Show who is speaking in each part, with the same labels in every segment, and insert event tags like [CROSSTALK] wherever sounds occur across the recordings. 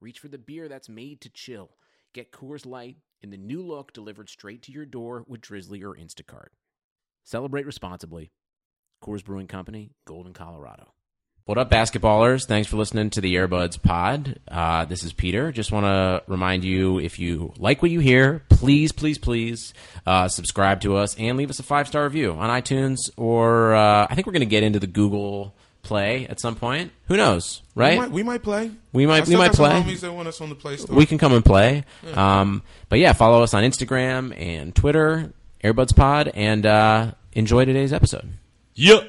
Speaker 1: reach for the beer that's made to chill. Get Coors Light in the new look delivered straight to your door with Drizzly or Instacart. Celebrate responsibly. Coors Brewing Company, Golden, Colorado. What up, basketballers? Thanks for listening to the Airbuds Pod. Uh, this is Peter. Just want to remind you if you like what you hear, please, please, please uh, subscribe to us and leave us a five star review on iTunes or uh, I think we're going to get into the Google Play at some point. Who knows, right?
Speaker 2: We might, we might play.
Speaker 1: We might-
Speaker 2: I
Speaker 1: we
Speaker 2: still
Speaker 1: might
Speaker 2: got some
Speaker 1: play.
Speaker 2: homies that want us on the Play Store.
Speaker 1: we can come and play. Um, but yeah, follow us on Instagram and Twitter, Airbuds Pod, and uh, enjoy today's episode.
Speaker 2: yeah.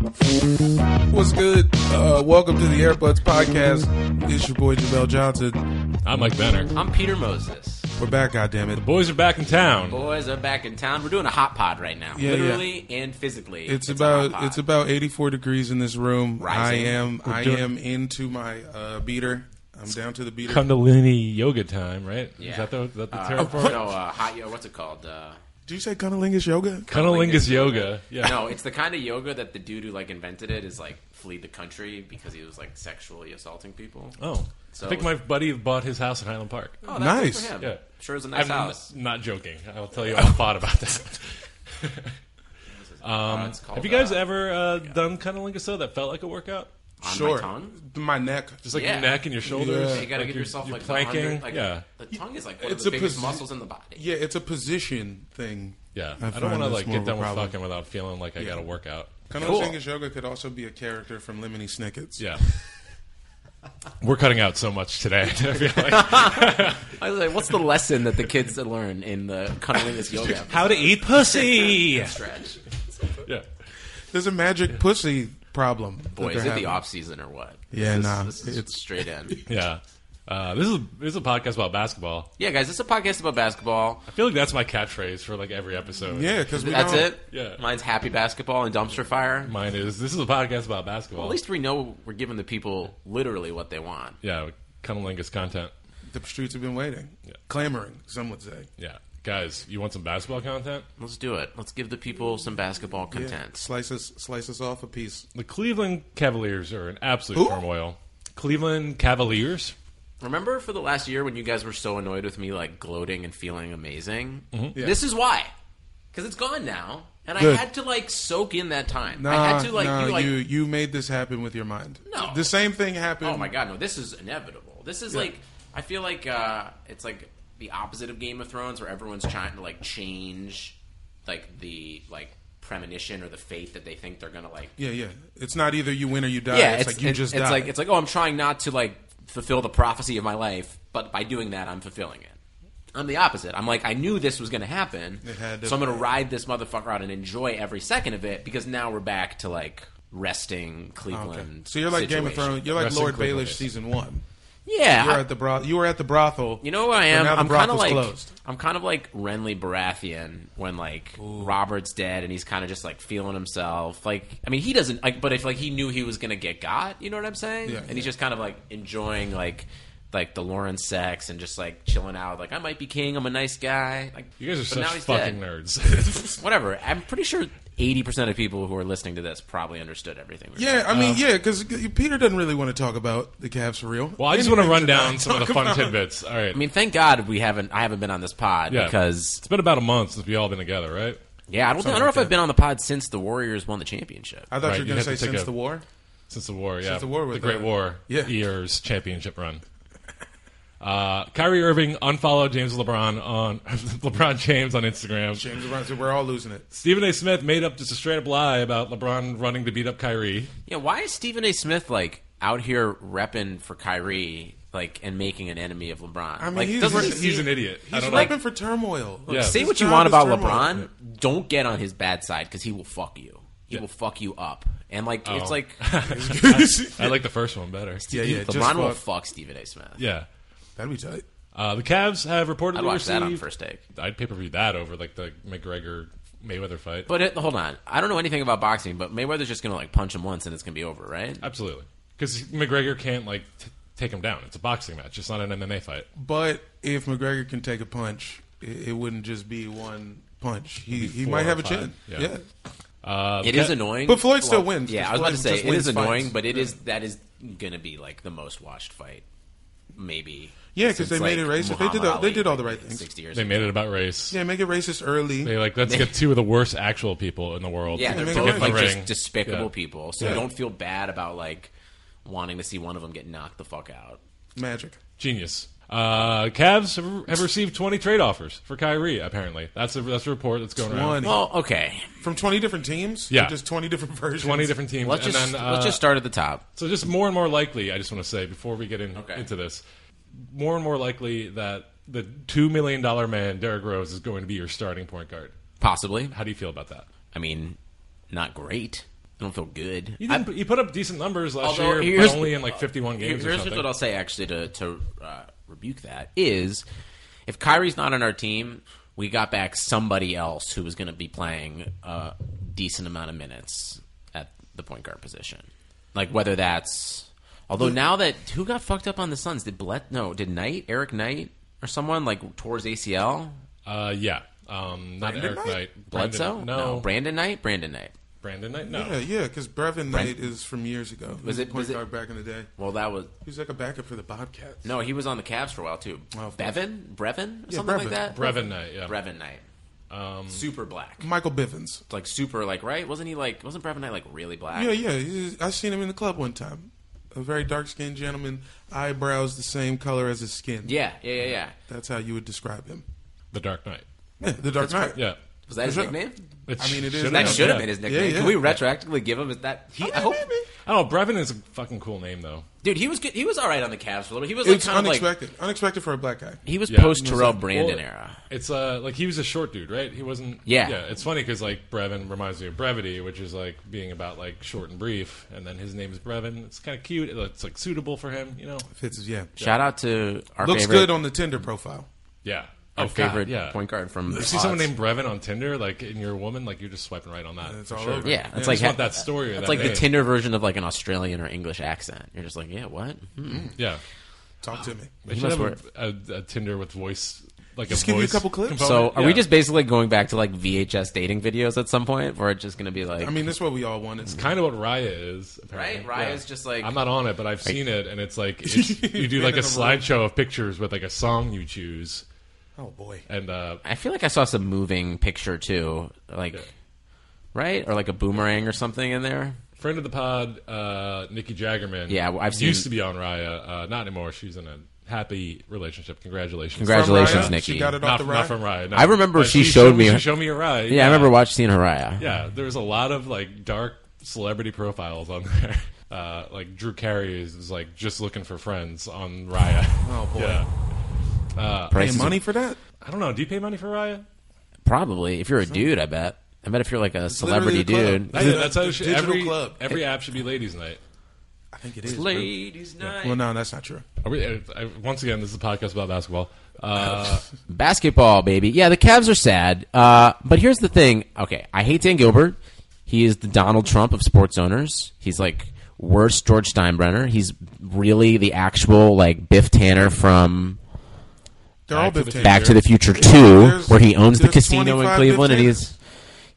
Speaker 2: What's good? Uh, welcome to the Airbuds Podcast. It's your boy Jamel Johnson.
Speaker 3: I'm Mike Benner.
Speaker 1: I'm Peter Moses.
Speaker 2: We're back, goddammit.
Speaker 3: Boys are back in town.
Speaker 1: Boys are back in town. We're doing a hot pod right now,
Speaker 2: Yeah,
Speaker 1: literally and physically.
Speaker 2: It's,
Speaker 1: a hot
Speaker 2: about
Speaker 1: pod.
Speaker 2: it's about 84 degrees in this room.
Speaker 1: Rising.
Speaker 2: I am I
Speaker 3: doing-
Speaker 2: am into my uh, beater. I'm down to the beater.
Speaker 3: Kundalini yoga time, right?
Speaker 1: Yeah.
Speaker 3: Is that the, is that the
Speaker 1: Uh,
Speaker 3: term for it?
Speaker 1: no, uh, hot yo, what's it called?
Speaker 2: [LAUGHS]
Speaker 1: Uh,
Speaker 2: Do you say cunnilingus yoga?
Speaker 3: Kundalini yoga. Yeah.
Speaker 1: no, it's the kind of yoga that the dude who like invented it is like fled the country because he was like sexually assaulting people.
Speaker 3: Oh,
Speaker 1: So-
Speaker 3: I think my buddy bought his house in Highland Park.
Speaker 1: Oh, that's good for
Speaker 2: Nice.
Speaker 1: him.
Speaker 3: Yeah.
Speaker 1: Sure, is a nice
Speaker 3: I'm
Speaker 1: house.
Speaker 3: n- not joking. I'll tell you how I thought
Speaker 1: [LAUGHS]
Speaker 3: about that.
Speaker 1: Uh,
Speaker 3: Um,
Speaker 1: it's called,
Speaker 3: have you guys
Speaker 1: uh,
Speaker 3: ever uh, done Kundalini so that felt like a workout?
Speaker 1: on
Speaker 2: Sure.
Speaker 1: my tongue?
Speaker 2: My neck.
Speaker 3: Just like
Speaker 1: Yeah.
Speaker 3: your neck and your shoulders.
Speaker 2: Yeah.
Speaker 1: You gotta
Speaker 3: like
Speaker 1: get
Speaker 3: your-
Speaker 1: yourself
Speaker 3: your
Speaker 1: like
Speaker 3: planking.
Speaker 1: 100 like,
Speaker 3: yeah.
Speaker 1: The tongue is like one
Speaker 2: It's
Speaker 1: of the
Speaker 2: a
Speaker 1: biggest
Speaker 2: posi-
Speaker 1: muscles in the body.
Speaker 2: Yeah, it's a position thing.
Speaker 3: Yeah.
Speaker 2: I
Speaker 3: I, don't
Speaker 2: find
Speaker 3: want to
Speaker 2: that's
Speaker 3: like
Speaker 2: more of
Speaker 3: get
Speaker 2: a
Speaker 3: done with
Speaker 2: problem.
Speaker 3: fucking without feeling like I got to work out.
Speaker 2: Cunnilingus yoga could also be a character from Lemony Snicket's.
Speaker 3: Yeah. [LAUGHS] We're cutting out so much
Speaker 1: [LAUGHS]
Speaker 3: today. [LAUGHS] I feel like.
Speaker 1: I was like, what's the lesson that the kids [LAUGHS] learn in the Kundalini's yoga
Speaker 3: How to eat pussy.
Speaker 1: stretch?
Speaker 3: [LAUGHS] yeah.
Speaker 2: There's a magic pussy problem. that
Speaker 1: Boy,
Speaker 2: they're
Speaker 1: is it the
Speaker 2: having.
Speaker 1: off season or what?
Speaker 2: Yeah,
Speaker 1: this,
Speaker 2: nah,
Speaker 1: This is
Speaker 2: it's-
Speaker 1: straight in.
Speaker 3: Yeah. Uh, this is this is a podcast about basketball.
Speaker 1: Yeah, guys, this is a podcast about basketball.
Speaker 3: I feel like that's my catchphrase for like every episode.
Speaker 2: Yeah, because we
Speaker 1: That's
Speaker 2: don't-
Speaker 1: it.
Speaker 3: Yeah.
Speaker 1: Mine's happy basketball and dumpster fire.
Speaker 3: Mine is this is a podcast about basketball.
Speaker 1: At least we know we're giving the people literally what they want.
Speaker 3: yeah, cunnilingus content.
Speaker 2: The streets have been waiting, clamoring. Some would say
Speaker 3: Yeah, guys, you want some basketball content?
Speaker 1: Let's do it. Let's give the people some basketball
Speaker 2: Yeah.
Speaker 1: content.
Speaker 2: Slice us, slice us off a piece.
Speaker 3: The Cleveland Cavaliers are in absolute
Speaker 2: Who?
Speaker 3: turmoil. Cleveland Cavaliers.
Speaker 1: Remember for the last year when you guys were so annoyed with me like gloating and feeling amazing?
Speaker 2: Yeah.
Speaker 1: This is why. Because it's gone now. And
Speaker 2: Mm-hmm. Good.
Speaker 1: I had to like soak in that time.
Speaker 2: Nah,
Speaker 1: I had to like
Speaker 2: nah,
Speaker 1: you like
Speaker 2: you made this happen with your mind.
Speaker 1: No.
Speaker 2: the same thing happened.
Speaker 1: Oh my god, no, this is inevitable. This is like I feel like uh it's like the opposite of Game of Thrones where everyone's trying to like change like the like premonition or the fate that they think they're gonna like
Speaker 2: Yeah, yeah. It's not either you win or you die.
Speaker 1: yeah,
Speaker 2: it's, like you
Speaker 1: it's-
Speaker 2: just
Speaker 1: it's
Speaker 2: die.
Speaker 1: like it's like oh, I'm trying not to like fulfill the prophecy of my life, but by doing that, I'm fulfilling it. I'm the opposite. I'm like I knew this was going to happen,
Speaker 2: It had to-
Speaker 1: so I'm going to ride this motherfucker out and enjoy every second of it because now we're back to like resting Cleveland.
Speaker 2: Oh, Okay. So you're like Game of
Speaker 1: situation. Ah.
Speaker 2: Thrones. You're like
Speaker 3: Wrestling
Speaker 2: Lord
Speaker 3: Cleveland
Speaker 2: Baelish
Speaker 3: is.
Speaker 2: season one.
Speaker 1: Yeah,
Speaker 2: You're
Speaker 1: I-
Speaker 2: at the broth. You were at the brothel.
Speaker 1: You know what I
Speaker 2: but
Speaker 1: am?
Speaker 2: Now the
Speaker 1: I'm kind of
Speaker 2: brothel's
Speaker 1: like
Speaker 2: closed.
Speaker 1: I'm kind of like Renly Baratheon when like Robert's dead and he's kind of just like feeling himself. Like I mean, he doesn't like, but if like he knew he was gonna get got, you know what I'm saying?
Speaker 2: Yeah,
Speaker 1: and
Speaker 2: yeah.
Speaker 1: he's just kind of like enjoying like like the Lauren sex and just like chilling out. Like I might be king. I'm a nice guy. Like
Speaker 3: You guys are
Speaker 1: but
Speaker 3: such
Speaker 1: now he's
Speaker 3: fucking
Speaker 1: dead.
Speaker 3: nerds. [LAUGHS]
Speaker 1: Whatever. I'm pretty sure. 80% of people who are listening to this probably understood everything. we were
Speaker 2: Yeah, I mean, yeah, because Peter doesn't really want to talk about the Cavs for real.
Speaker 3: well, I just [LAUGHS] want to run down some of the fun tidbits. All right.
Speaker 1: I mean, thank God we haven't. I haven't been on this pod
Speaker 3: Yeah.
Speaker 1: because
Speaker 3: it's been about a month since we all been together, right?
Speaker 1: yeah, I don't. think- I
Speaker 2: Something
Speaker 1: don't know
Speaker 2: like
Speaker 1: if I've
Speaker 2: that.
Speaker 1: been on the pod since the Warriors won the championship.
Speaker 2: I thought
Speaker 3: Right,
Speaker 2: you were
Speaker 3: you
Speaker 2: going to
Speaker 3: have
Speaker 2: say
Speaker 3: to take
Speaker 2: since
Speaker 3: a-
Speaker 2: the war.
Speaker 3: Since the war, yeah.
Speaker 2: the war with,
Speaker 3: Great
Speaker 2: uh,
Speaker 3: War.
Speaker 2: yeah.
Speaker 3: Year's championship run. [LAUGHS] Uh, Kyrie Irving unfollowed James LeBron on [LAUGHS] LeBron James on Instagram.
Speaker 2: James Brown said we're all losing it.
Speaker 3: Stephen A. Smith made up just a straight up lie about LeBron running to beat up Kyrie.
Speaker 1: Yeah, why is Stephen A. Smith like out here repping for Kyrie like and making an enemy of LeBron.
Speaker 2: I mean,
Speaker 1: like,
Speaker 2: he's,
Speaker 1: doesn't he
Speaker 2: he's-
Speaker 1: seem-
Speaker 3: he's an idiot. I
Speaker 2: He's
Speaker 3: don't
Speaker 2: ripping
Speaker 3: like.
Speaker 2: for turmoil.
Speaker 3: Yeah.
Speaker 1: Say
Speaker 2: His
Speaker 1: what you
Speaker 2: job
Speaker 1: want
Speaker 2: is
Speaker 1: about
Speaker 2: turmoil.
Speaker 1: LeBron. Don't get on his bad side because he will fuck you. He
Speaker 3: Yeah.
Speaker 1: will fuck you up. And like it's
Speaker 3: Oh. [LAUGHS]
Speaker 1: like
Speaker 3: I like the first one better.
Speaker 2: [LAUGHS] yeah, yeah. Just
Speaker 1: LeBron will
Speaker 2: fuck.
Speaker 1: fuck Stephen A. Smith.
Speaker 3: Yeah.
Speaker 2: That'd be tight.
Speaker 3: Uh, the Cavs have reportedly
Speaker 1: I'd watch
Speaker 3: received.
Speaker 1: that on first take.
Speaker 3: I'd pay per view that over like the McGregor Mayweather fight.
Speaker 1: But it, hold on, I don't know anything about boxing, but Mayweather's just gonna like punch him once and it's gonna be over, right?
Speaker 3: Absolutely, because McGregor can't like t- take him down. It's a boxing match. It's not an MMA fight.
Speaker 2: But if McGregor can take a punch, it, it wouldn't just be one punch. He he
Speaker 3: four
Speaker 2: might have
Speaker 3: or
Speaker 2: a
Speaker 3: five.
Speaker 2: chance.
Speaker 3: Yeah.
Speaker 2: Yeah.
Speaker 3: Uh,
Speaker 1: It
Speaker 3: the
Speaker 1: is
Speaker 3: Ca-
Speaker 1: annoying,
Speaker 2: But Floyd still wins,
Speaker 1: Yeah, I was
Speaker 2: because
Speaker 1: about to say
Speaker 2: Floyd just
Speaker 1: it is
Speaker 2: wins fights.
Speaker 1: annoying, but it is that is gonna be like the most watched fight, maybe.
Speaker 2: Yeah, 'cause
Speaker 1: since,
Speaker 2: they made
Speaker 1: like,
Speaker 2: it racist. They
Speaker 1: Muhammad
Speaker 2: did the- they
Speaker 1: Ali,
Speaker 2: did all the
Speaker 1: like,
Speaker 2: right things.
Speaker 1: Sixty years.
Speaker 3: They
Speaker 1: ago.
Speaker 3: made it about race.
Speaker 2: Yeah, make it racist early.
Speaker 3: They like let's get two of the worst actual people in the world.
Speaker 1: Yeah,
Speaker 3: to
Speaker 1: they're
Speaker 2: they
Speaker 3: get
Speaker 2: make
Speaker 1: both
Speaker 2: it
Speaker 1: like
Speaker 3: in the
Speaker 1: just
Speaker 3: ring.
Speaker 1: despicable
Speaker 3: Yeah.
Speaker 1: people, so
Speaker 2: Yeah.
Speaker 1: don't feel bad about like wanting to see one of them get knocked the fuck out.
Speaker 2: Magic.
Speaker 3: Genius. Uh, Cavs have- have received 20 trade offers for Kyrie. Apparently, that's a that's a report that's going around.
Speaker 2: One
Speaker 1: Well, okay,
Speaker 2: from twenty different teams.
Speaker 3: Yeah.
Speaker 2: Or just twenty different [LAUGHS] versions.
Speaker 3: 20 different teams.
Speaker 1: let's
Speaker 3: and
Speaker 1: just
Speaker 3: then, uh,
Speaker 1: let's just start at the top.
Speaker 3: So just more and more likely, I just want to say before we get in,
Speaker 1: Okay.
Speaker 3: into this, more and more likely that the two million dollar man Derrick Rose is going to be your starting point guard.
Speaker 1: Possibly,
Speaker 3: How do you feel about that?
Speaker 1: I mean, not great. I don't feel good.
Speaker 3: You, didn't, you put up decent numbers last
Speaker 1: Although,
Speaker 3: year,
Speaker 1: here's-
Speaker 3: but only in like fifty one
Speaker 1: Here-
Speaker 3: games or
Speaker 1: here's
Speaker 3: something.
Speaker 1: what I'll say actually to to uh, rebuke that is if Kyrie's not on our team, we got back somebody else who was going to be playing a decent amount of minutes at the point guard position. Like whether that's although now that who got fucked up on the Suns did Blet no did Knight Eric Knight or someone like towards ACL
Speaker 3: uh, yeah, um, not
Speaker 2: Brandon
Speaker 3: Eric
Speaker 2: Knight?
Speaker 3: Knight, Brandon,
Speaker 1: Bledsoe
Speaker 3: no,
Speaker 1: Brandon Knight Brandon Knight
Speaker 3: Brandon Knight, no.
Speaker 2: Yeah, yeah. Because Brevin Knight is from years ago. He
Speaker 1: Was
Speaker 2: a
Speaker 1: it-
Speaker 2: point
Speaker 1: was it-
Speaker 2: guard back in the day?
Speaker 1: well that was
Speaker 2: He was like a backup for the Bobcats.
Speaker 1: no he was on the Cavs for a while too
Speaker 2: Oh, of course.
Speaker 1: Bevin Brevin or
Speaker 2: Yeah,
Speaker 1: something like
Speaker 2: Brevin.
Speaker 1: that
Speaker 3: Brevin Knight, yeah,
Speaker 1: Brevin Knight super black
Speaker 2: Michael Bivens.
Speaker 1: like super like right wasn't he like wasn't Brevin Knight like really black
Speaker 2: Yeah, yeah. he's- I seen him in the club one time. A very dark skinned gentleman, eyebrows the same color as his skin.
Speaker 1: yeah yeah yeah, yeah.
Speaker 2: That's how you would describe him.
Speaker 3: the Dark Knight,
Speaker 2: Yeah, the Dark Knight.
Speaker 3: yeah.
Speaker 1: was that his
Speaker 2: Sure.
Speaker 1: nickname
Speaker 3: It
Speaker 2: I mean, it is-
Speaker 3: should've
Speaker 1: that
Speaker 2: Yeah,
Speaker 1: should have
Speaker 3: yeah.
Speaker 1: been his
Speaker 2: yeah.
Speaker 1: nickname
Speaker 2: Yeah,
Speaker 1: can we
Speaker 2: yeah.
Speaker 1: retroactively give him his- that he, I, hope
Speaker 3: I don't know. Brevin is a fucking cool name though.
Speaker 1: dude he was good he was all right on the Cavs for a little bit he was like
Speaker 2: It's
Speaker 1: kind of like
Speaker 2: unexpected. unexpected for a black guy.
Speaker 1: he was
Speaker 3: Yeah.
Speaker 1: post Terrell
Speaker 3: Well,
Speaker 1: Brandon era
Speaker 3: It's uh like he was a short dude, right? He wasn't.
Speaker 1: Yeah.
Speaker 3: yeah. It's funny because like Brevin reminds me of brevity, which is like being about like short and brief, and then his name is Brevin. It's kind of cute. It's like suitable for him, you know?
Speaker 2: Fits his, yeah.
Speaker 1: shout out to our
Speaker 2: Looks
Speaker 1: favorite
Speaker 2: good on the Tinder profile.
Speaker 3: Yeah.
Speaker 1: our
Speaker 3: Oh, God,
Speaker 1: favorite
Speaker 3: yeah.
Speaker 1: point guard from
Speaker 3: You see someone named Brevin on Tinder, like in your woman, like you're just swiping right on that.
Speaker 2: It's
Speaker 3: for
Speaker 2: all
Speaker 3: sure.
Speaker 2: over.
Speaker 1: yeah
Speaker 3: You
Speaker 1: it's
Speaker 2: It's
Speaker 1: like
Speaker 3: just want that story. or
Speaker 1: it's
Speaker 3: that
Speaker 1: like the
Speaker 3: name.
Speaker 1: Tinder version of like an Australian or English accent you're just like yeah what Hmm.
Speaker 2: Mm,
Speaker 3: Yeah.
Speaker 2: Talk to me.
Speaker 3: They
Speaker 1: He
Speaker 3: should
Speaker 1: must
Speaker 3: have a, a, a Tinder with voice, like
Speaker 2: Just
Speaker 3: a
Speaker 2: give you a
Speaker 3: voice
Speaker 2: couple clips.
Speaker 1: so
Speaker 3: component.
Speaker 1: are we
Speaker 3: Yeah.
Speaker 1: just basically going back to like VHS dating videos at some point where it's just gonna be like
Speaker 2: I mean, that's what we all wanted.
Speaker 3: kind of what Raya is. Apparently.
Speaker 1: Right? Raya is just like-
Speaker 3: I'm not on it, but I've seen it, and
Speaker 2: [LAUGHS]
Speaker 3: it's like it's, you do like a
Speaker 2: in the room.
Speaker 3: slideshow of pictures with like a song you choose,
Speaker 2: Oh, boy.
Speaker 3: and uh,
Speaker 1: I feel like I saw some moving picture too, like right or like a boomerang or something in there.
Speaker 3: friend of the pod, uh, Nikki Jaggerman.
Speaker 1: Yeah, well, I've seen-
Speaker 3: used to be on Raya, uh, not anymore. She's in a happy relationship. Congratulations.
Speaker 2: From
Speaker 1: Congratulations,
Speaker 2: Raya,
Speaker 1: Nikki.
Speaker 2: She got it
Speaker 3: Not,
Speaker 2: off the
Speaker 3: not
Speaker 2: ride.
Speaker 3: from Raya. no.
Speaker 1: I remember
Speaker 3: But
Speaker 1: she showed me-
Speaker 3: She showed me a Raya.
Speaker 1: Yeah, I remember watching seeing Haraya.
Speaker 3: Yeah, there's a lot of like dark celebrity profiles on [LAUGHS] there. Uh, like Drew Carey is, is, like just looking for friends on Raya.
Speaker 2: [LAUGHS] Oh, boy.
Speaker 3: Yeah.
Speaker 2: Paying
Speaker 1: Prices-
Speaker 2: money for that?
Speaker 3: I don't know. Do you pay money for Raya?
Speaker 1: Probably. If you're a dude, I bet. I bet if you're like a celebrity
Speaker 2: literally the
Speaker 1: dude.
Speaker 2: club.
Speaker 3: That's,
Speaker 2: Yeah,
Speaker 3: that's how it should,
Speaker 2: digital
Speaker 3: every
Speaker 2: club.
Speaker 3: every app should be ladies' night.
Speaker 2: I think it is. bro.
Speaker 1: Ladies' night.
Speaker 2: Well, no, that's not true.
Speaker 3: Are we, uh, I, I- once again, this is a podcast about basketball. Uh,
Speaker 1: Basketball, baby. Yeah, the Cavs are sad. Uh, but here's the thing. Okay, I hate Dan Gilbert. He is the Donald Trump of sports owners. He's like worse George Steinbrenner. He's really the actual like Biff Tanner from
Speaker 2: They're all
Speaker 3: Back to
Speaker 2: Biff
Speaker 3: the-
Speaker 2: Taylor.
Speaker 1: Back to the Future Two,
Speaker 2: There's-
Speaker 1: where he owns the
Speaker 2: there's
Speaker 1: casino in
Speaker 2: 25
Speaker 1: Cleveland, and
Speaker 2: Biff
Speaker 1: he's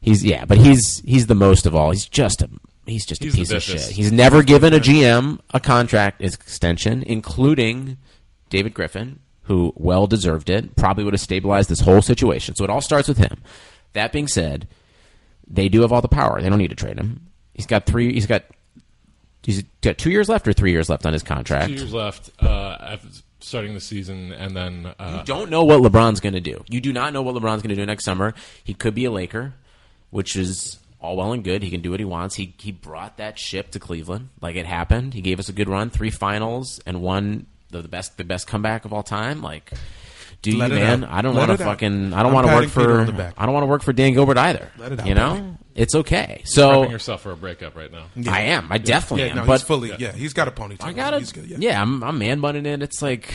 Speaker 1: he's yeah, but he's he's the most of all. He's just a he's just
Speaker 3: He's
Speaker 1: a
Speaker 3: the
Speaker 1: piece of shit.
Speaker 3: biffest.
Speaker 1: He's never given a GM a contract extension, including David Griffin, who well deserved it. Probably would have stabilized this whole situation. So it all starts with him. That being said, they do have all the power. They don't need to trade him. He's got three. He's got. He's got two years left or three years left on his contract.
Speaker 3: two years left uh, after starting the season, and then
Speaker 2: Mm.
Speaker 3: uh,
Speaker 1: don't know what LeBron's going to do. You do not know what LeBron's going to do next summer. He could be a Laker, which is all well and good. He can do what he wants. He he brought that ship to Cleveland, like it happened. He gave us a good run, three finals and one the, the best the best comeback of all time? Like, do
Speaker 2: Let
Speaker 1: you,
Speaker 2: it
Speaker 1: man?
Speaker 2: out.
Speaker 1: I don't
Speaker 2: Let
Speaker 1: want to
Speaker 2: it out.
Speaker 1: fucking. I don't
Speaker 2: I'm
Speaker 1: want to work
Speaker 2: patting Peter
Speaker 1: for.
Speaker 2: on the back.
Speaker 1: I don't want to work for Dan Gilbert either.
Speaker 2: Let it out,
Speaker 1: you know,
Speaker 2: baby.
Speaker 1: it's okay.
Speaker 3: Prepping
Speaker 1: So
Speaker 3: yourself for a breakup right now.
Speaker 2: Mm.
Speaker 1: I am. I definitely
Speaker 2: Yeah,
Speaker 1: am.
Speaker 2: no,
Speaker 1: but
Speaker 2: he's fully. Yeah. he's got a ponytail.
Speaker 1: I gotta,
Speaker 2: He's good.
Speaker 1: yeah.
Speaker 2: Yeah.
Speaker 1: I'm, I'm man bunning it. It's like,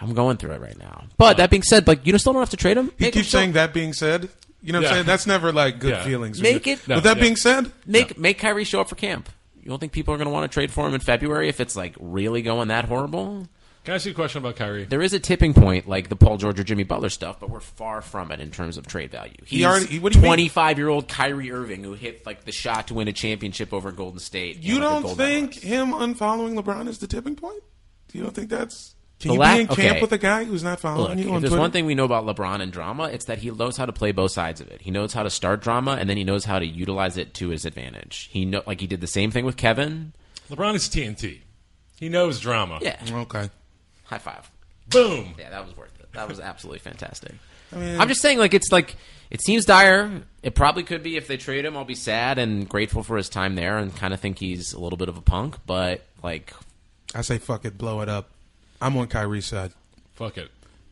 Speaker 1: I'm going through it right now. But that being said, like, you don't- still don't have to trade him.
Speaker 2: He
Speaker 1: Make him
Speaker 2: keeps
Speaker 1: still-
Speaker 2: saying that. Being said, you know, what
Speaker 3: Yeah.
Speaker 2: I'm saying that's never like good
Speaker 3: Yeah.
Speaker 2: feelings.
Speaker 1: Make it-
Speaker 2: With
Speaker 1: No,
Speaker 2: that
Speaker 3: yeah.
Speaker 2: being said,
Speaker 1: make make Kyrie show up for camp. You don't think people are going to want to trade for him in February if it's like really going that horrible?
Speaker 3: Can I ask you a question about Kyrie?
Speaker 1: There is a tipping point, like the Paul George or Jimmy Butler stuff, but we're far from it in terms of trade value. He's
Speaker 2: already- he- what do you mean?
Speaker 1: twenty-five-year-old Kyrie Irving who hit like the shot to win a championship over Golden State. and,
Speaker 2: you
Speaker 1: like, a
Speaker 2: don't
Speaker 1: gold
Speaker 2: think
Speaker 1: medalist.
Speaker 2: him unfollowing LeBron is the tipping point? You don't think that's can
Speaker 1: The
Speaker 2: you
Speaker 1: lack-
Speaker 2: be in camp
Speaker 1: okay.
Speaker 2: with a guy who's not following
Speaker 1: Look,
Speaker 2: you
Speaker 1: if
Speaker 2: on
Speaker 1: there's
Speaker 2: Twitter?
Speaker 1: one thing we know about LeBron and drama, it's that he knows how to play both sides of it. He knows how to start drama, and then he knows how to utilize it to his advantage. He know, like he did the same thing with Kevin.
Speaker 3: LeBron is TNT. He knows drama.
Speaker 1: Yeah,
Speaker 2: Okay.
Speaker 1: high five.
Speaker 3: Boom.
Speaker 1: Yeah, that was worth it. That was absolutely fantastic. I
Speaker 2: mean-
Speaker 1: am just saying, like, it's like it seems dire. It probably could be if they trade him. I'll be sad and grateful for his time there, and kind of think he's a little bit of a punk. But like,
Speaker 2: I say fuck it, blow it up. I'm on Kyrie's side.
Speaker 3: Fuck it.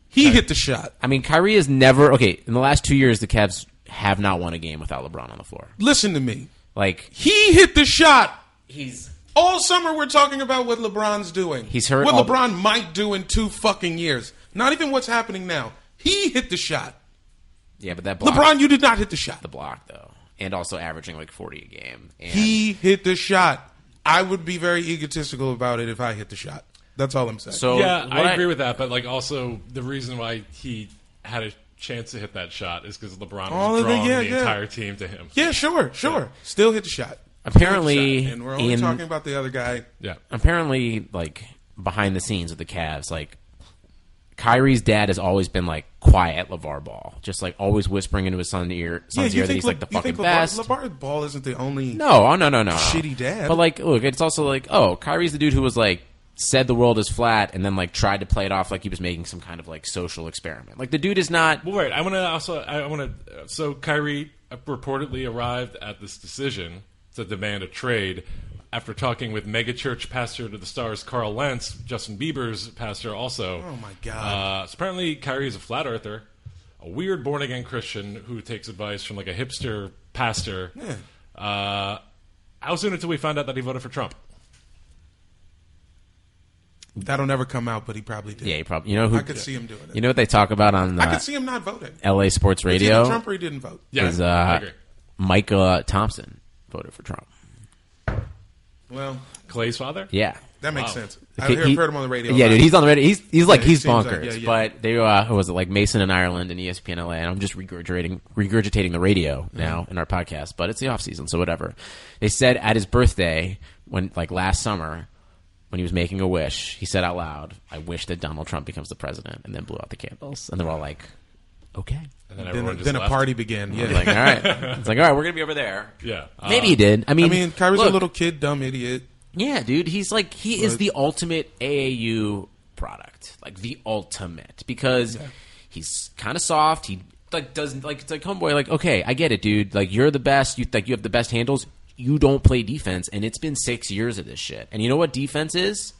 Speaker 2: He hit the shot.
Speaker 1: I mean, Kyrie has never okay. In the last two years, the Cavs have not won a game without LeBron on the floor.
Speaker 2: Listen to me.
Speaker 1: Like
Speaker 2: He hit the shot.
Speaker 1: he's
Speaker 2: All summer we're talking about what LeBron's doing.
Speaker 1: He's hurt
Speaker 2: What
Speaker 1: all-
Speaker 2: LeBron might do in two fucking years. Not even what's happening now. He hit the shot.
Speaker 1: yeah, but that block,
Speaker 2: LeBron, you did not hit the shot.
Speaker 1: the block though, and also averaging like 40 a game. And
Speaker 2: He hit the shot. I would be very egotistical about it if I hit the shot. That's all I'm saying.
Speaker 1: so
Speaker 3: yeah,
Speaker 1: what
Speaker 3: I agree with that, but like also the reason why he had a chance to hit that shot is because LeBron
Speaker 2: All
Speaker 3: was
Speaker 2: of the-
Speaker 3: drawing the,
Speaker 2: yeah, yeah.
Speaker 3: entire team to him.
Speaker 2: yeah, sure, sure. Still hit the shot.
Speaker 1: Apparently,
Speaker 2: Still hit the shot. and we're only
Speaker 1: in-
Speaker 2: talking about the other guy.
Speaker 3: Yeah.
Speaker 1: apparently like behind the scenes with the Cavs, like Kyrie's dad has always been like quiet LeVar Ball, just like always whispering into his son's ear, son's ear that he's
Speaker 2: Le-
Speaker 1: like the
Speaker 2: you
Speaker 1: fucking
Speaker 2: think LeVar-
Speaker 1: best.
Speaker 2: LeVar Ball isn't the only.
Speaker 1: no, oh no, no, no, no.
Speaker 2: Shitty dad.
Speaker 1: But like, look, it's also like, oh, Kyrie's the dude who was like said the world is flat and then like tried to play it off like he was making some kind of like social experiment. Like the dude is not
Speaker 3: Well, wait. I want to also. I want to. So Kyrie reportedly arrived at this decision to demand a trade after talking with megachurch pastor to the stars Carl Lentz, Justin Bieber's pastor, also.
Speaker 2: Oh my god.
Speaker 3: Uh, so apparently, Kyrie is a flat earther, a weird born again Christian who takes advice from like a hipster pastor. Uh, how soon until we find out that he voted for Trump?
Speaker 2: That'll never come out, but he probably did.
Speaker 1: yeah, you probably you know who
Speaker 2: I could see him doing it.
Speaker 1: You know what they talk about on
Speaker 2: I
Speaker 1: uh,
Speaker 2: could see him not voting.
Speaker 1: LA Sports
Speaker 2: It's either
Speaker 1: Radio?
Speaker 2: Trump or he didn't vote.
Speaker 3: Yeah,
Speaker 1: is
Speaker 3: I
Speaker 1: uh,
Speaker 3: agree.
Speaker 1: Micah Thompson voted for Trump.
Speaker 2: Well,
Speaker 3: Clay's father.
Speaker 1: Yeah.
Speaker 2: that makes
Speaker 3: Wow.
Speaker 2: sense. I hear,
Speaker 1: He-
Speaker 2: heard him on the radio.
Speaker 1: Yeah,
Speaker 2: a lot.
Speaker 1: dude, he's on the radio. He's he's like
Speaker 2: Yeah, he
Speaker 1: he's
Speaker 2: seems
Speaker 1: bonkers.
Speaker 2: like- yeah, yeah.
Speaker 1: But they uh, who was it like Mason in Ireland and E ESPN LA, and I'm just regurgitating regurgitating the radio
Speaker 2: Mm-hmm.
Speaker 1: now in our podcast. But it's the off season, so whatever. They said at his birthday when like last summer when he was making a wish, he said out loud, "I wish that Donald Trump becomes the president," and then blew out the candles, and they're all like, "Okay."
Speaker 3: And
Speaker 2: Then,
Speaker 3: then everyone just
Speaker 2: then a
Speaker 3: left.
Speaker 2: party began. Yeah.
Speaker 1: Like all right,
Speaker 2: [LAUGHS]
Speaker 1: it's like all right, we're gonna be over there.
Speaker 3: Yeah. Uh,
Speaker 1: Maybe he did. I mean,
Speaker 2: Um, I mean, Kyrie's
Speaker 1: look,
Speaker 2: a little kid, dumb idiot.
Speaker 1: Yeah, dude, he's like he is
Speaker 2: But-
Speaker 1: the ultimate AAU product, like the ultimate because he's kind of soft. He like doesn't like it's like homeboy. Like okay, I get it, dude. Like you're the best. You like you have the best handles. You don't play defense, and it's been six years of this shit. And you know what defense is?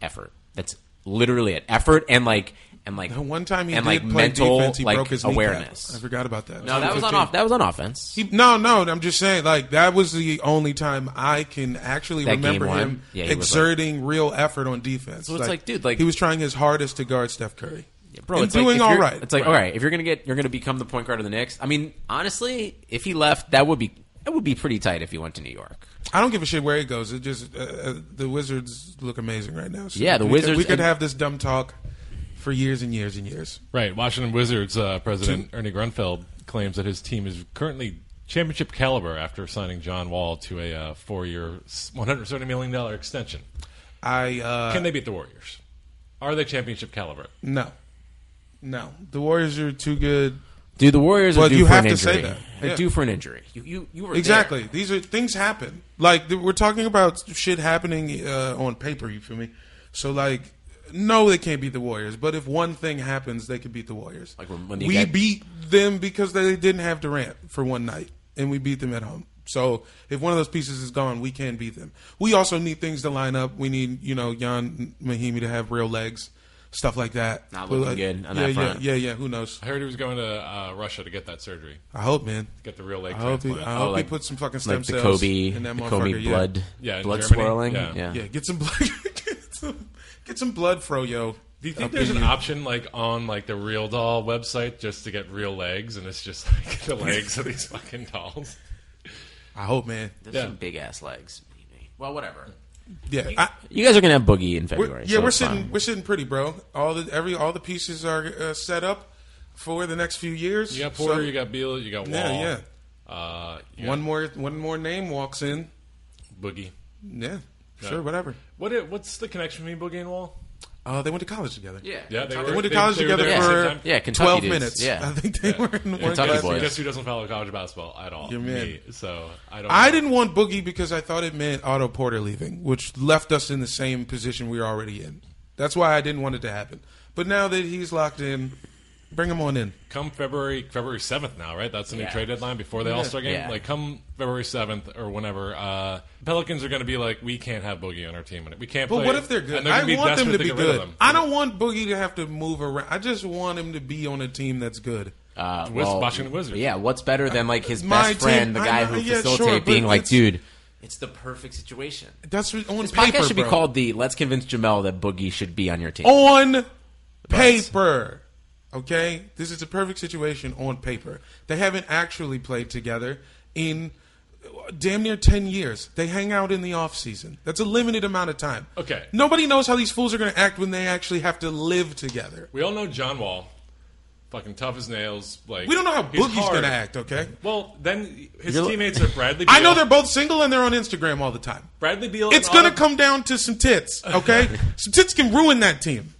Speaker 1: Effort. That's literally it. Effort and like and like
Speaker 2: And one time he
Speaker 1: and
Speaker 2: did
Speaker 1: like
Speaker 2: play
Speaker 1: mental
Speaker 2: defense, he
Speaker 1: like
Speaker 2: broke his kneecap. I
Speaker 1: awareness.
Speaker 2: forgot about that.
Speaker 1: No, that was on
Speaker 2: 2015.
Speaker 1: off. That was on offense.
Speaker 2: He- no, no. I'm just saying, like that was the only time I can actually
Speaker 1: That
Speaker 2: remember
Speaker 1: game one?
Speaker 2: him
Speaker 1: Yeah, he was, like-
Speaker 2: exerting real effort on defense.
Speaker 1: So it's like, dude, like-
Speaker 2: he was trying his hardest to guard Steph Curry.
Speaker 1: bro,
Speaker 2: and
Speaker 1: it's like,
Speaker 2: doing
Speaker 1: if
Speaker 2: all
Speaker 1: you're-
Speaker 2: right.
Speaker 1: It's like all right, if you're gonna get, you're gonna become the point guard of the Knicks. I mean, honestly, if he left, that would be that would be pretty tight if he went to New York.
Speaker 2: I don't give a shit where he goes. It just uh, uh, the Wizards look amazing right now. So
Speaker 1: Yeah, the
Speaker 2: we
Speaker 1: Wizards-
Speaker 2: Could, we could
Speaker 1: and-
Speaker 2: have this dumb talk for years and years and years.
Speaker 3: Right. Washington Wizards uh, president Ernie Grunfeld claims that his team is currently championship caliber after signing John Wall to a uh, four-year, $170 million extension.
Speaker 2: I uh,
Speaker 3: Can they beat the Warriors? Are they championship caliber?
Speaker 2: no, no. The Warriors are too good.
Speaker 1: Dude, the Warriors
Speaker 2: Well,
Speaker 1: are due
Speaker 2: you
Speaker 1: for
Speaker 2: have
Speaker 1: an
Speaker 2: to say
Speaker 1: injury.
Speaker 2: that.
Speaker 1: They're
Speaker 2: Yeah.
Speaker 1: due for an injury. You you, you were there.
Speaker 2: Exactly. These are things happen. Like th- we're talking about shit happening uh, on paper. You feel me? So like, no, they can't beat the Warriors. But if one thing happens, they could beat the Warriors.
Speaker 1: Like when- when you
Speaker 2: we
Speaker 1: got-
Speaker 2: beat them because they didn't have Durant for one night, and we beat them at home. So if one of those pieces is gone, we can beat them. We also need things to line up. We need you know Jan Mahimi to have real legs, stuff like that.
Speaker 1: Not
Speaker 2: But,
Speaker 1: looking
Speaker 2: like,
Speaker 1: good on
Speaker 2: yeah,
Speaker 1: that front.
Speaker 2: yeah, yeah, yeah. Who knows?
Speaker 3: I heard he was going to uh, Russia to get that surgery,
Speaker 2: I hope, man.
Speaker 3: get the real leg
Speaker 2: I hope he,
Speaker 3: transplant.
Speaker 2: I hope
Speaker 1: Oh, like-
Speaker 2: he put some fucking stem
Speaker 1: Like the
Speaker 2: cells
Speaker 1: Kobe,
Speaker 2: in
Speaker 1: the
Speaker 2: that
Speaker 1: Kobe
Speaker 2: motherfucker. yeah.
Speaker 1: blood,
Speaker 3: Yeah, in
Speaker 1: blood
Speaker 3: Germany.
Speaker 1: swirling.
Speaker 3: Yeah.
Speaker 1: Yeah.
Speaker 2: Yeah, get some blood. [LAUGHS] get, some, get some blood, fro yo.
Speaker 3: Do you think there's an option like on like the Real Doll website just to get real legs, and it's just [LAUGHS] like the legs of these fucking dolls?
Speaker 2: I hope, man.
Speaker 1: There's
Speaker 3: Yeah.
Speaker 1: some big ass legs. Well, whatever.
Speaker 2: Yeah, I,
Speaker 1: You guys are gonna have boogie in
Speaker 2: we're-
Speaker 1: February.
Speaker 2: yeah,
Speaker 1: so
Speaker 2: we're
Speaker 1: it's
Speaker 2: sitting,
Speaker 1: fine.
Speaker 2: we're sitting pretty, bro. All the every all the pieces are uh, set up for the next few years.
Speaker 3: You got Porter,
Speaker 2: So-
Speaker 3: you got Beal, you got Wall.
Speaker 2: Yeah, yeah.
Speaker 3: Uh, you
Speaker 2: One
Speaker 3: got
Speaker 2: more, one more name walks in.
Speaker 3: Boogie.
Speaker 2: Yeah, sure, whatever.
Speaker 3: What? i- What's the connection between Boogie and Wall?
Speaker 2: Uh, they went to college together.
Speaker 1: Yeah,
Speaker 3: Yeah, they
Speaker 1: Kentucky-
Speaker 3: were-
Speaker 2: They went to college
Speaker 3: they were
Speaker 2: together
Speaker 3: there at the same
Speaker 2: for
Speaker 3: time.
Speaker 1: Yeah, Kentucky
Speaker 2: twelve
Speaker 1: dudes.
Speaker 2: minutes.
Speaker 1: Yeah.
Speaker 2: I think they [LAUGHS] were in one
Speaker 1: Kentucky
Speaker 2: class.
Speaker 1: boys.
Speaker 3: Guess who doesn't follow college basketball at all?
Speaker 2: Your man.
Speaker 3: Me. So I don't.
Speaker 2: I
Speaker 3: know.
Speaker 2: didn't want Boogie because I thought it meant Otto Porter leaving, which left us in the same position we were already in. That's why I didn't want it to happen. But now that he's locked in, bring him on in.
Speaker 3: come February February seventh now, right? That's the new
Speaker 1: Yeah.
Speaker 3: trade deadline before the All Star game.
Speaker 1: Yeah.
Speaker 3: Like come February seventh or whenever, uh, Pelicans are going to be like, we can't have Boogie on our team, and we can't.
Speaker 2: But
Speaker 3: play
Speaker 2: what
Speaker 3: it."
Speaker 2: if they're good?
Speaker 3: And they're
Speaker 2: I
Speaker 3: gonna be
Speaker 2: want them
Speaker 3: desperate
Speaker 2: to be
Speaker 3: get rid of
Speaker 2: good.
Speaker 3: them.
Speaker 2: I don't want Boogie to have to move around. I just want him to be on a team that's good.
Speaker 1: Uh,
Speaker 3: Wiz- Washington Wizards.
Speaker 1: Yeah, what's better than like his
Speaker 2: My
Speaker 1: best friend,
Speaker 2: team-
Speaker 1: the
Speaker 2: I
Speaker 1: guy
Speaker 2: know,
Speaker 1: who
Speaker 2: yeah, sure,
Speaker 1: facilitated,
Speaker 2: but
Speaker 1: being like,
Speaker 2: it's-
Speaker 1: dude, it's the perfect situation.
Speaker 2: That's what- on
Speaker 1: This
Speaker 2: paper.
Speaker 1: podcast should be
Speaker 2: bro. Oh.
Speaker 1: called the "Let's Convince Jamel that Boogie should be on your team."
Speaker 2: on paper. Okay, this is a perfect situation on paper. They haven't actually played together in damn near ten years. They hang out in the off season. That's a limited amount of time.
Speaker 3: Okay.
Speaker 2: Nobody knows how these fools are going to act when they actually have to live together.
Speaker 3: We all know John Wall, fucking tough as nails. Like
Speaker 2: We don't know how
Speaker 3: he's
Speaker 2: Boogie's
Speaker 3: hard.
Speaker 2: going to act. Okay.
Speaker 3: Well, then his
Speaker 1: You're-
Speaker 3: teammates are Bradley. Beal.
Speaker 2: [LAUGHS] I know they're both single and they're on Instagram all the time.
Speaker 3: Bradley Beal.
Speaker 2: It's
Speaker 3: and Otto-
Speaker 2: going to come down to some tits, okay?
Speaker 3: [LAUGHS]
Speaker 2: some tits can ruin that team.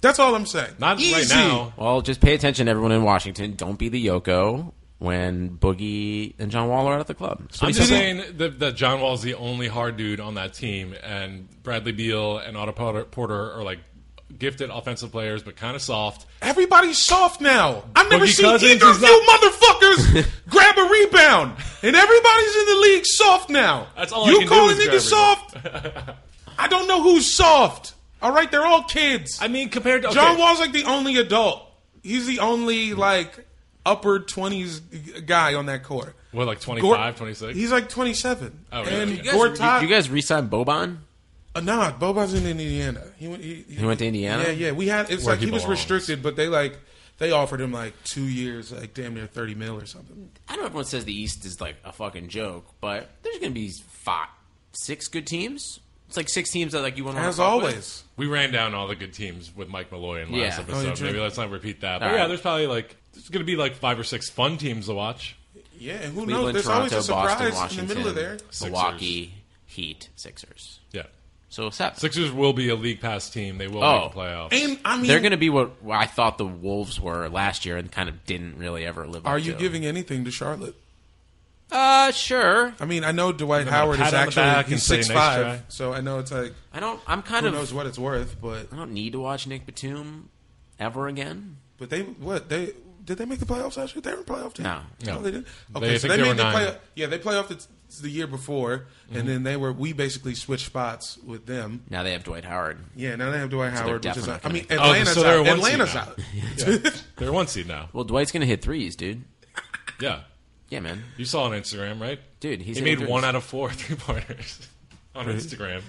Speaker 2: That's all I'm saying.
Speaker 3: Not right
Speaker 2: Easy.
Speaker 3: now.
Speaker 1: Well, just pay attention, everyone in Washington. Don't be the Yoko when Boogie and John Wall are at the club. It's
Speaker 3: I'm
Speaker 1: pretty
Speaker 3: just
Speaker 1: simple.
Speaker 3: saying that, that John Wall's the only hard dude on that team, and Bradley Beal and Otto Porter, Porter are like gifted offensive players, but kind of soft.
Speaker 2: Everybody's soft now. I've never
Speaker 3: Boogie
Speaker 2: seen
Speaker 3: Cousins
Speaker 2: either
Speaker 3: is
Speaker 2: of you
Speaker 3: [LAUGHS]
Speaker 2: motherfuckers grab a rebound, and everybody's in the league soft now.
Speaker 3: That's all I
Speaker 2: you
Speaker 3: can do
Speaker 2: call a
Speaker 3: is
Speaker 2: nigga soft?
Speaker 3: grab
Speaker 2: I don't know who's soft. All right, they're all kids.
Speaker 3: [LAUGHS] I mean, compared to okay,
Speaker 2: John Wall's like the only adult. He's the only like upper twenties guy on that court.
Speaker 3: what like 25,
Speaker 2: Gor-
Speaker 3: 26?
Speaker 2: He's like twenty seven.
Speaker 3: Oh, really?
Speaker 2: and
Speaker 3: You guys-
Speaker 1: Did
Speaker 2: Gortat,
Speaker 1: you guys re-sign Boban?
Speaker 2: Uh, nah, Boba's in Indiana. He went. He, he-
Speaker 1: He went to Indiana?
Speaker 2: Yeah, yeah. We had. It's
Speaker 3: Where
Speaker 2: like
Speaker 3: he
Speaker 2: he, was
Speaker 3: belongs.
Speaker 2: restricted, but they like they offered him like two years, like damn near thirty mil or something.
Speaker 1: I know everyone says the East is like a fucking joke, but there's going to be five, six good teams. It's like six teams that like you want to
Speaker 2: As always,
Speaker 3: We ran down all the good teams with Mike Malloy in last
Speaker 1: Yeah.
Speaker 2: Oh, you
Speaker 3: episode.
Speaker 2: did?
Speaker 3: Maybe let's not repeat that. But
Speaker 1: All
Speaker 3: yeah,
Speaker 1: right.
Speaker 3: there's probably like there's going to be like five or six fun teams to watch.
Speaker 2: yeah. And who knows?
Speaker 1: Cleveland,
Speaker 2: There's
Speaker 1: Toronto,
Speaker 2: always a
Speaker 1: Boston,
Speaker 2: surprise
Speaker 1: Washington,
Speaker 2: in the middle of there.
Speaker 1: Milwaukee, Heat, Sixers.
Speaker 3: Yeah,
Speaker 1: So set.
Speaker 3: Sixers will be a league pass team. They will
Speaker 1: Oh.
Speaker 3: make the playoffs.
Speaker 2: And I mean,
Speaker 1: They're going to be what what I thought the Wolves were last year, and kind of didn't really ever live.
Speaker 2: Are
Speaker 1: up
Speaker 2: you
Speaker 1: to.
Speaker 2: giving anything to Charlotte?
Speaker 1: Uh, sure.
Speaker 2: I mean, I know Dwight
Speaker 3: them a
Speaker 2: Howard
Speaker 3: pat
Speaker 2: is
Speaker 3: on the back
Speaker 2: actually
Speaker 3: and
Speaker 2: he's
Speaker 3: say, "Nice
Speaker 2: six five,
Speaker 3: try."
Speaker 2: so I know it's like
Speaker 1: I don't. I'm kind
Speaker 2: who
Speaker 1: of.
Speaker 2: knows what it's worth, but
Speaker 1: I don't need to watch Nick Batum ever again.
Speaker 2: but they what they. Did they make the playoffs last year? They were in playoff team.
Speaker 1: No.
Speaker 3: No.
Speaker 2: they didn't. Okay,
Speaker 3: They- I
Speaker 2: so
Speaker 3: think
Speaker 2: they,
Speaker 3: they were
Speaker 2: made the
Speaker 3: nine. Mm-hmm.
Speaker 2: play. Yeah, they playoffed the, the year before, and then they were. We basically switched spots with them.
Speaker 1: Now they have Dwight Howard.
Speaker 2: Yeah, now they have Dwight Howard, which is.
Speaker 1: definitely
Speaker 2: Out. I mean,
Speaker 1: gonna-
Speaker 3: Oh,
Speaker 2: Atlanta's
Speaker 3: so
Speaker 2: out.
Speaker 3: they're one seed
Speaker 2: Atlanta's
Speaker 3: now. [LAUGHS]
Speaker 2: out.
Speaker 3: They're one seed now.
Speaker 1: Well, Dwight's going to hit threes, dude.
Speaker 3: Yeah,
Speaker 1: Yeah, man.
Speaker 3: you saw on Instagram, right?
Speaker 1: Dude, he's
Speaker 3: he
Speaker 1: hitting
Speaker 3: made
Speaker 1: threes.
Speaker 3: one out of four [LAUGHS] three pointers on Instagram.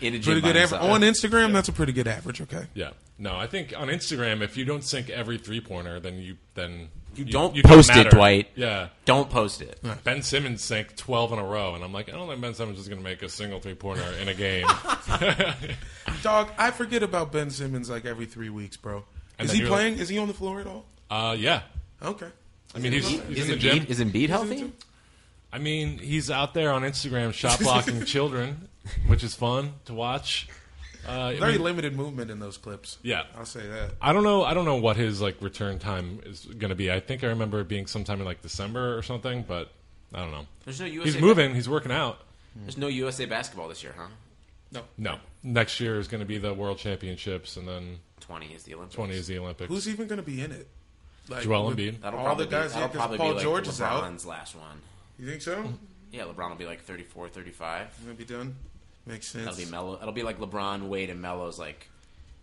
Speaker 1: In a gym
Speaker 2: Pretty
Speaker 1: by
Speaker 2: good average
Speaker 1: himself.
Speaker 2: on Instagram. That's a pretty good average.
Speaker 3: [LAUGHS]
Speaker 2: Okay.
Speaker 3: Yeah. No, I think on Instagram, if you don't sink every three pointer, then you then you,
Speaker 1: don't post it,
Speaker 3: matter.
Speaker 1: Dwight.
Speaker 3: Yeah.
Speaker 1: Don't post it.
Speaker 3: Ben Simmons sank twelve in a row, and I'm like, I don't think Ben Simmons is going to make a single three pointer in
Speaker 1: [LAUGHS]
Speaker 3: a game.
Speaker 2: Dog, I forget about Ben Simmons like every three weeks, bro.
Speaker 3: And
Speaker 2: is
Speaker 3: then
Speaker 2: he
Speaker 3: you're
Speaker 2: playing? is he on the floor at all?
Speaker 3: uh, yeah.
Speaker 2: Okay.
Speaker 3: I mean, he's, he's
Speaker 1: Is
Speaker 3: in the gym.
Speaker 1: Embiid, is Embiid healthy?
Speaker 3: I mean, he's out there
Speaker 1: [LAUGHS]
Speaker 3: on Instagram shot blocking children, which is fun to watch. Uh, I
Speaker 2: Very
Speaker 3: mean,
Speaker 2: limited movement in those clips.
Speaker 3: Yeah.
Speaker 2: I'll say that.
Speaker 3: I don't know. I don't know what his like return time is going to be. I think I remember it being sometime in like December or something, but I don't know.
Speaker 1: There's no USA.
Speaker 3: He's moving. He's working out.
Speaker 1: There's no USA basketball this year, huh?
Speaker 2: No.
Speaker 3: No, next year is going to be the World Championships, and then
Speaker 1: 20 is the Olympics.
Speaker 3: 20 is the Olympics.
Speaker 2: Who's even going to be in it? Like
Speaker 3: Joel
Speaker 2: with-
Speaker 3: Embiid.
Speaker 1: That'll
Speaker 2: All
Speaker 1: probably
Speaker 2: the guys,
Speaker 1: be,
Speaker 2: yeah,
Speaker 1: that'll
Speaker 2: 'cause
Speaker 1: probably
Speaker 2: Paul
Speaker 1: be like Mm-hmm.
Speaker 2: George is out.
Speaker 1: LeBron's last one.
Speaker 2: You think so?
Speaker 4: Yeah, LeBron will be like 34, 35.
Speaker 2: Gonna be done. Makes sense.
Speaker 4: That'll be Melo. It'll be like LeBron, Wade, and Melo's like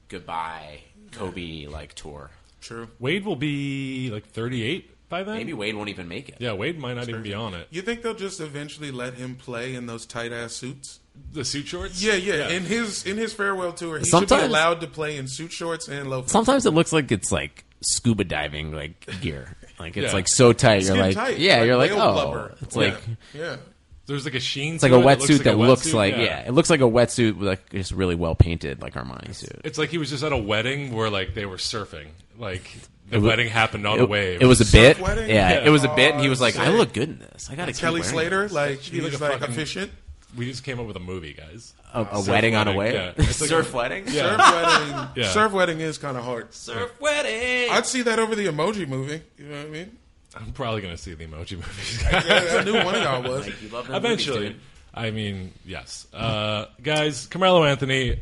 Speaker 4: goodbye Kobe like tour.
Speaker 2: True.
Speaker 3: Wade will be like 38 by then.
Speaker 4: Maybe
Speaker 1: Um,
Speaker 4: Wade won't even make it.
Speaker 3: Yeah, Wade might not even be on it.
Speaker 2: You think they'll just eventually let him play in those tight ass suits?
Speaker 3: The suit shorts.
Speaker 2: Yeah, yeah. In his in his farewell tour, he should
Speaker 1: Sometimes-
Speaker 2: be allowed to play in suit shorts and loafers.
Speaker 1: Sometimes it looks like it's like scuba diving like gear. Like it's
Speaker 3: Yeah.
Speaker 1: like so tight. You're
Speaker 2: Skin
Speaker 1: like
Speaker 2: tight,
Speaker 1: yeah. you're like
Speaker 2: whale
Speaker 1: oh.
Speaker 2: blubber.
Speaker 1: It's
Speaker 2: Yeah,
Speaker 1: like
Speaker 2: yeah.
Speaker 3: There's like a sheen.
Speaker 1: it's like a wetsuit that looks like yeah. It looks like a wetsuit with like just really well painted like Armani suit.
Speaker 3: It's like he was just at a wedding where like they were surfing. Like the
Speaker 1: It wa-
Speaker 3: wedding happened on
Speaker 1: It,
Speaker 3: a wave.
Speaker 1: it was a bit. Yeah,
Speaker 2: wedding? Yeah.
Speaker 1: it was a bit, and he
Speaker 2: Oh,
Speaker 1: was like, "I
Speaker 2: sick.
Speaker 1: look good in this. I got to
Speaker 2: Kelly Slater, like
Speaker 3: be
Speaker 2: he's
Speaker 3: like
Speaker 2: like,
Speaker 3: a fucking-
Speaker 2: efficient.
Speaker 3: We just came up with a movie, guys.
Speaker 1: a, a wedding on a wave.
Speaker 3: Yeah. It's like-
Speaker 4: Surf wedding.
Speaker 1: [LAUGHS]
Speaker 2: Surf
Speaker 3: Yeah.
Speaker 2: wedding.
Speaker 3: Yeah.
Speaker 2: Surf wedding is kind of hard.
Speaker 4: Surf wedding.
Speaker 2: I'd see that over the Emoji movie. You know what I mean?
Speaker 1: [LAUGHS]
Speaker 3: I'm probably gonna see the emoji movies.
Speaker 2: [LAUGHS] I knew one of y'all was.
Speaker 4: Like, you love them
Speaker 3: [LAUGHS] Eventually.
Speaker 4: movies,
Speaker 3: I mean, yes. Uh, guys, Carmelo Anthony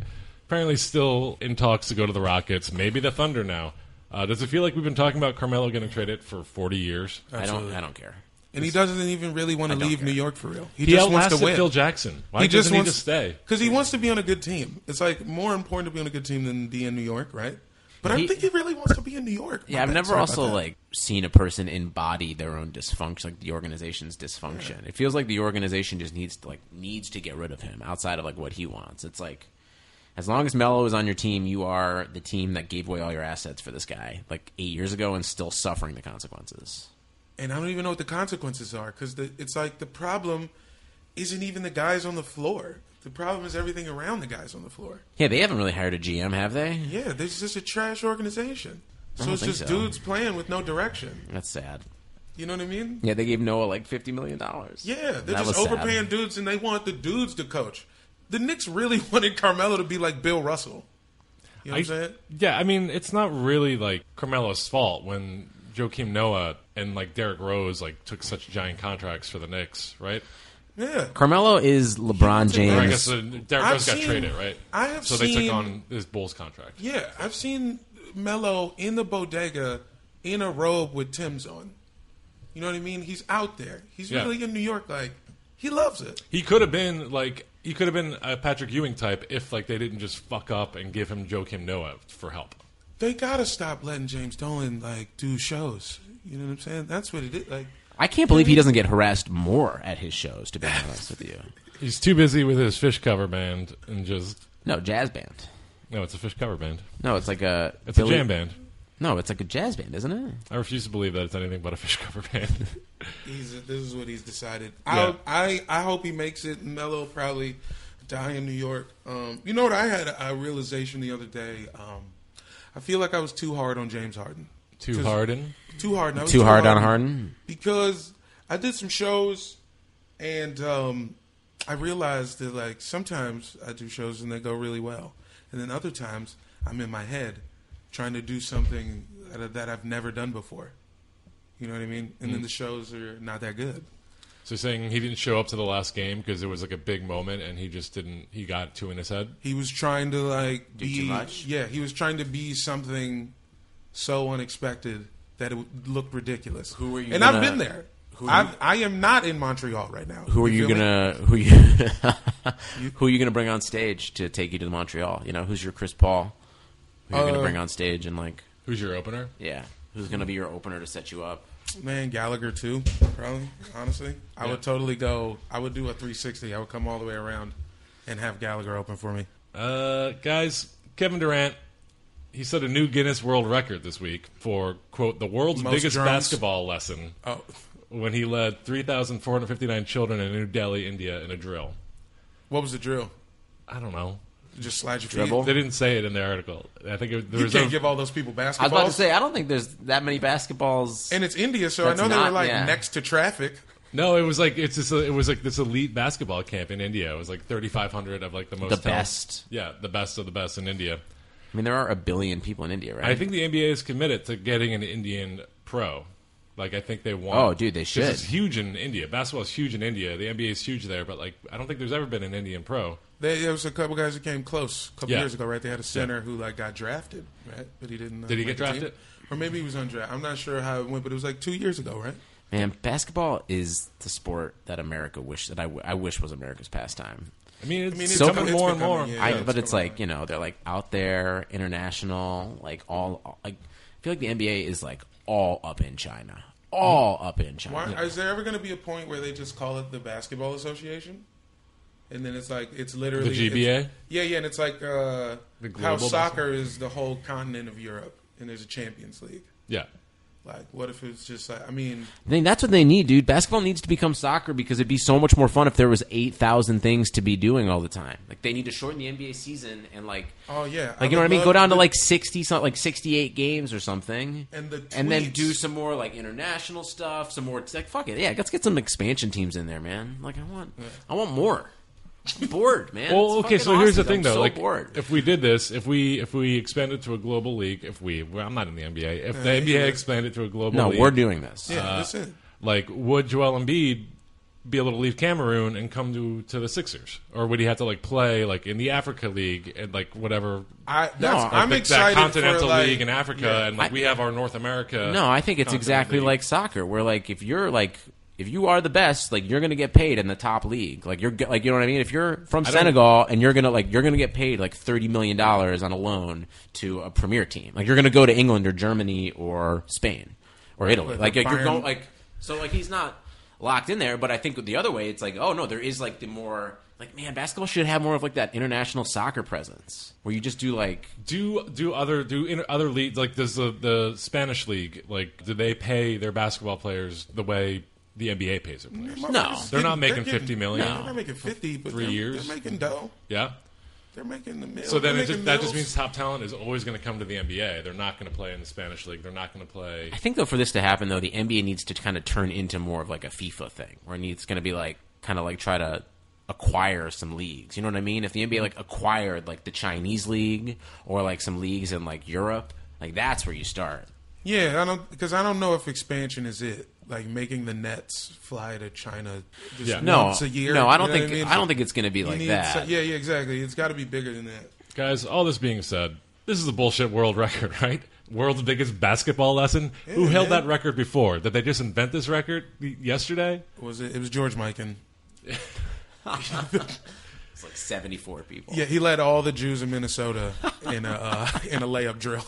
Speaker 3: apparently still in talks to go to the Rockets, maybe the Thunder now. Uh, does it feel like we've been talking about Carmelo getting traded for 40 years?
Speaker 2: Uh,
Speaker 1: I don't. I don't care.
Speaker 2: And he doesn't even really want to leave New York for real. He,
Speaker 3: He
Speaker 2: just wants
Speaker 3: outlasted
Speaker 2: to win.
Speaker 3: Phil Jackson. Why
Speaker 2: he
Speaker 3: doesn't
Speaker 2: just wants
Speaker 3: he just stay?
Speaker 2: because he wants to be on a good team. It's like more important to be on a good team than be in New York, right? But I
Speaker 1: He-
Speaker 2: think he really wants to be in New York.
Speaker 1: Yeah,
Speaker 2: My
Speaker 1: I've
Speaker 2: bad.
Speaker 1: never
Speaker 2: Sorry about
Speaker 1: also
Speaker 2: that.
Speaker 1: like seen a person embody their own dysfunction, like the organization's dysfunction. It feels like the organization just needs to, like needs to get rid of him outside of like what he wants. It's like as long as Melo is on your team, you are the team that gave away all your assets for this guy like eight years ago and still suffering the consequences.
Speaker 2: and I don't even know what the consequences are because it's like the problem isn't even the guys on the floor. The problem is everything around the guys on the floor.
Speaker 1: Yeah, they haven't really hired a GM, have they?
Speaker 2: Yeah, this is just a trash organization. So
Speaker 1: don't
Speaker 2: it's
Speaker 1: think so.
Speaker 2: just dudes playing with no direction.
Speaker 1: That's sad.
Speaker 2: You know what I mean?
Speaker 1: Yeah, they gave Noah like fifty million dollars.
Speaker 2: Yeah, they're
Speaker 1: That was
Speaker 2: just
Speaker 1: sad.
Speaker 2: overpaying dudes, and they want the dudes to coach. The Knicks really [LAUGHS] wanted Carmelo to be like Bill Russell. You know what I'm saying?
Speaker 3: yeah, I mean, it's not really like Carmelo's fault when Joakim Noah and like Derrick Rose like took such giant contracts for the Knicks, right?
Speaker 2: Yeah.
Speaker 1: Carmelo is LeBron
Speaker 3: Or I
Speaker 1: James.
Speaker 3: guess uh, Derrick
Speaker 2: I've
Speaker 3: Rose got
Speaker 2: seen-
Speaker 3: traded, right?
Speaker 2: I have
Speaker 3: so they
Speaker 2: seen-
Speaker 3: took on his Bulls contract.
Speaker 2: Yeah, I've seen Mello in the bodega in a robe with Tim's on. You know what I mean? He's out there. He's
Speaker 3: Yeah.
Speaker 2: really in New York. Like he loves it.
Speaker 3: He could have been like he could have been a Patrick Ewing type if like they didn't just fuck up and give him Joakim Noah for help.
Speaker 2: They gotta stop letting James Dolan like do shows. You know what I'm saying? That's what it is. Like
Speaker 1: I can't believe he doesn't get harassed more at his shows. To be honest with you,
Speaker 3: He's too busy with his fish cover band and just
Speaker 1: no jazz band.
Speaker 3: no, it's a fish cover band.
Speaker 1: No, it's like a
Speaker 3: It's
Speaker 1: Billy-
Speaker 3: a jam band.
Speaker 1: No, it's like a jazz band, isn't it?
Speaker 3: I refuse to believe that it's anything but a fish cover band. [LAUGHS]
Speaker 2: he's this is what he's decided.
Speaker 3: Yeah.
Speaker 2: I I I hope he makes it. Mello probably die in New York. Um, you know what? I had a, a realization the other day. Um, I feel like I was too hard on James Harden.
Speaker 3: Too
Speaker 2: 'Cause-
Speaker 3: Harden.
Speaker 2: Too hard. and I was
Speaker 1: Too hard on
Speaker 2: on-
Speaker 1: Harden.
Speaker 2: because I did some shows and um, I realized that like sometimes I do shows and they go really well, and then other times I'm in my head trying to do something that, that I've never done before. You know what I mean? And
Speaker 1: Mm.
Speaker 2: then the shows are not that good.
Speaker 3: So you're saying he didn't show up to the last game because it was like a big moment and he just didn't. He got two in his head.
Speaker 2: He was trying to like do be
Speaker 4: too much?
Speaker 2: yeah, he was trying to be something so unexpected that it w- looked ridiculous.
Speaker 4: Who were you
Speaker 2: And I've
Speaker 1: gonna-
Speaker 2: been there.
Speaker 4: who
Speaker 2: I've, I am not in Montreal right now.
Speaker 1: Who are you
Speaker 2: feel me?
Speaker 1: gonna who you [LAUGHS] who are you gonna bring on stage to take you to Montreal? You know, who's your Chris Paul? Who you're gonna
Speaker 2: Uh,
Speaker 1: bring on stage and like
Speaker 3: Who's your opener?
Speaker 1: yeah, who's gonna be your opener to set you up?
Speaker 2: Man, Gallagher too. Probably, honestly, I
Speaker 3: Yeah.
Speaker 2: would totally go. I would do a 360. I would come all the way around and have Gallagher open for me.
Speaker 3: Uh, guys, Kevin Durant, he set a new Guinness World Record this week for quote the world's
Speaker 2: Most
Speaker 3: biggest
Speaker 2: drums.
Speaker 3: basketball lesson
Speaker 2: Oh,
Speaker 3: when he led 3,459 children in New Delhi, India, in a drill.
Speaker 2: what was the drill?
Speaker 3: I don't know.
Speaker 2: Just slide your
Speaker 1: Dribble?
Speaker 2: feet.
Speaker 3: They didn't say it in the article. I think it, there
Speaker 2: You
Speaker 3: was
Speaker 2: can't
Speaker 3: no-
Speaker 2: give all those people basketballs.
Speaker 1: I was about to say I don't think there's that many basketballs.
Speaker 2: and it's India, so
Speaker 1: That's
Speaker 2: I know they
Speaker 1: not-
Speaker 2: were like
Speaker 1: yeah.
Speaker 2: next to traffic.
Speaker 3: no. It was like it's just a, it was like this elite basketball camp in India. It was like 3,500 of like the most
Speaker 1: The
Speaker 3: talented-
Speaker 1: best.
Speaker 3: Yeah, the best of the best in India.
Speaker 1: I mean, there are a billion people in India, right?
Speaker 3: I think the NBA is committed to getting an Indian pro. Like I think they want.
Speaker 1: Oh, dude, they
Speaker 3: 'cause
Speaker 1: should.
Speaker 3: It's huge in India. Basketball is huge in India. The NBA is huge there, but like I don't think there's ever been an Indian pro.
Speaker 2: They, there was a couple guys who came close a couple
Speaker 3: Yeah.
Speaker 2: years ago, right? They had a center who like got drafted, right? But he didn't. Uh,
Speaker 3: Did he
Speaker 2: make
Speaker 3: get
Speaker 2: the team.
Speaker 3: drafted?
Speaker 2: Or maybe he was undrafted. I'm not sure how it went, but it was like two years ago, right?
Speaker 4: Man, basketball is the sport that America wish that I, w- I wish was America's pastime.
Speaker 3: I mean, it's,
Speaker 2: mean, it's
Speaker 3: coming
Speaker 2: becoming-
Speaker 3: more
Speaker 2: it's
Speaker 3: and more.
Speaker 2: becoming, yeah.
Speaker 4: I,
Speaker 2: it's
Speaker 4: but it's
Speaker 2: going
Speaker 4: like you know they're like out there, international, like all. all- Like, I feel like the NBA is like all up in China, all up in China.
Speaker 2: Why, Is there ever going to be a point where they just call it the Basketball Association? And then it's like it's literally
Speaker 3: The GBA?
Speaker 2: it's- yeah, yeah, and it's like uh,
Speaker 3: The
Speaker 2: how
Speaker 3: global
Speaker 2: soccer is the whole continent of Europe, and there's a Champions League.
Speaker 3: Yeah.
Speaker 2: Like, what if it's just like I mean,
Speaker 1: Then that's what they need, dude. Basketball needs to become soccer because it'd be so much more fun if there was eight thousand things to be doing all the time.
Speaker 4: Like they need to shorten the NBA season and like
Speaker 2: oh yeah,
Speaker 4: Like you know what I mean?
Speaker 2: would
Speaker 4: Go
Speaker 2: love
Speaker 4: down to
Speaker 2: the-
Speaker 4: like sixty, something like sixty-eight games or something,
Speaker 2: And the
Speaker 4: then
Speaker 2: tweets.
Speaker 4: do some more like international stuff, some more. It's like fuck it, yeah, let's get some expansion teams in there, man. Like I want, I want more. I'm bored, man.
Speaker 3: Well,
Speaker 4: It's
Speaker 3: okay.
Speaker 4: fucking
Speaker 3: So here's the
Speaker 4: awesome.
Speaker 3: thing,
Speaker 4: I'm
Speaker 3: though.
Speaker 4: so
Speaker 3: like,
Speaker 4: bored.
Speaker 3: if we did this, if we if we expanded to a global league, if we, well, I'm not in the NBA. If the NBA expanded to a global
Speaker 4: no,
Speaker 3: league,
Speaker 4: we're doing this.
Speaker 2: yeah,
Speaker 3: Uh,
Speaker 2: that's it.
Speaker 3: like would Joel Embiid be able to leave Cameroon and come to to the Sixers, or would he have to like play like in the Africa League and like whatever?
Speaker 2: I that's,
Speaker 3: like,
Speaker 2: I'm
Speaker 3: the-
Speaker 2: excited
Speaker 3: that continental
Speaker 2: for like,
Speaker 3: league in Africa,
Speaker 2: yeah.
Speaker 3: and like we have our North America.
Speaker 1: No, I think it's
Speaker 3: continent
Speaker 1: exactly
Speaker 3: league.
Speaker 1: like soccer, where like if you're like if you are the best, like you're gonna get paid in the top league. Like you're go- like you know what I mean. If you're from
Speaker 4: I
Speaker 3: don't-
Speaker 1: Senegal and you're gonna like you're gonna get paid like thirty million dollars on a loan to a premier team. Like you're gonna go to England or Germany or Spain or Italy.
Speaker 4: Like,
Speaker 1: Like,
Speaker 2: the
Speaker 1: you're
Speaker 2: Bayern-
Speaker 1: going like
Speaker 4: like so, like he's not locked in there. But I think the other way, it's like, oh no, there is like the more like man, basketball should have more of like that international soccer presence where you just do like
Speaker 3: Do do other do in other leagues like does the the Spanish league like do they pay their basketball players the way the NBA pays their players?
Speaker 2: Motherfuckers
Speaker 1: No.
Speaker 2: getting-
Speaker 3: They're not making
Speaker 2: getting-
Speaker 3: 50 million.
Speaker 2: They're not making fifty, but
Speaker 3: Three
Speaker 2: they're,
Speaker 3: years.
Speaker 2: they're making dough.
Speaker 3: Yeah.
Speaker 2: They're making the mill.
Speaker 3: So then
Speaker 2: They're
Speaker 3: it just,
Speaker 2: making
Speaker 3: that
Speaker 2: mills.
Speaker 3: just means top talent is always going to come to the NBA. They're not going to play in the Spanish league. They're not going to play.
Speaker 1: I think though for this to happen though, the NBA needs to kind of turn into more of like a FIFA thing, where it needs going to be like kind of like try to acquire some leagues. You know what I mean? If the NBA like acquired like the Chinese league or like some leagues in like Europe, like that's where you start.
Speaker 2: Yeah, I don't because I don't know if expansion is it. Like making the Nets fly to China just
Speaker 3: Yeah.
Speaker 1: No,
Speaker 2: once a year.
Speaker 1: no, I don't
Speaker 2: you know
Speaker 1: think
Speaker 2: what mean?
Speaker 1: I don't think it's going to be
Speaker 2: You
Speaker 1: like
Speaker 2: need
Speaker 1: that.
Speaker 2: so- yeah, yeah, exactly. It's got to be bigger than that.
Speaker 3: Guys, all this being said, this is a bullshit world [LAUGHS] record, right? World's biggest basketball lesson. Who held
Speaker 2: man.
Speaker 3: that record before? Did they just invent this record y- yesterday?
Speaker 2: Was it? It was George Mikan.
Speaker 1: [LAUGHS]
Speaker 4: It's like seventy-four people.
Speaker 2: Yeah, he led all the Jews in Minnesota in a uh, [LAUGHS] in a layup drill.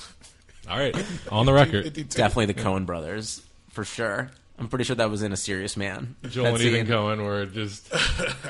Speaker 2: [LAUGHS]
Speaker 3: All right, on the record.
Speaker 2: 52.
Speaker 1: Definitely the Cohen brothers for sure. I'm pretty sure that was in a serious man.
Speaker 3: Joel
Speaker 1: That
Speaker 3: and Ethan
Speaker 1: scene.
Speaker 3: Cohen were just.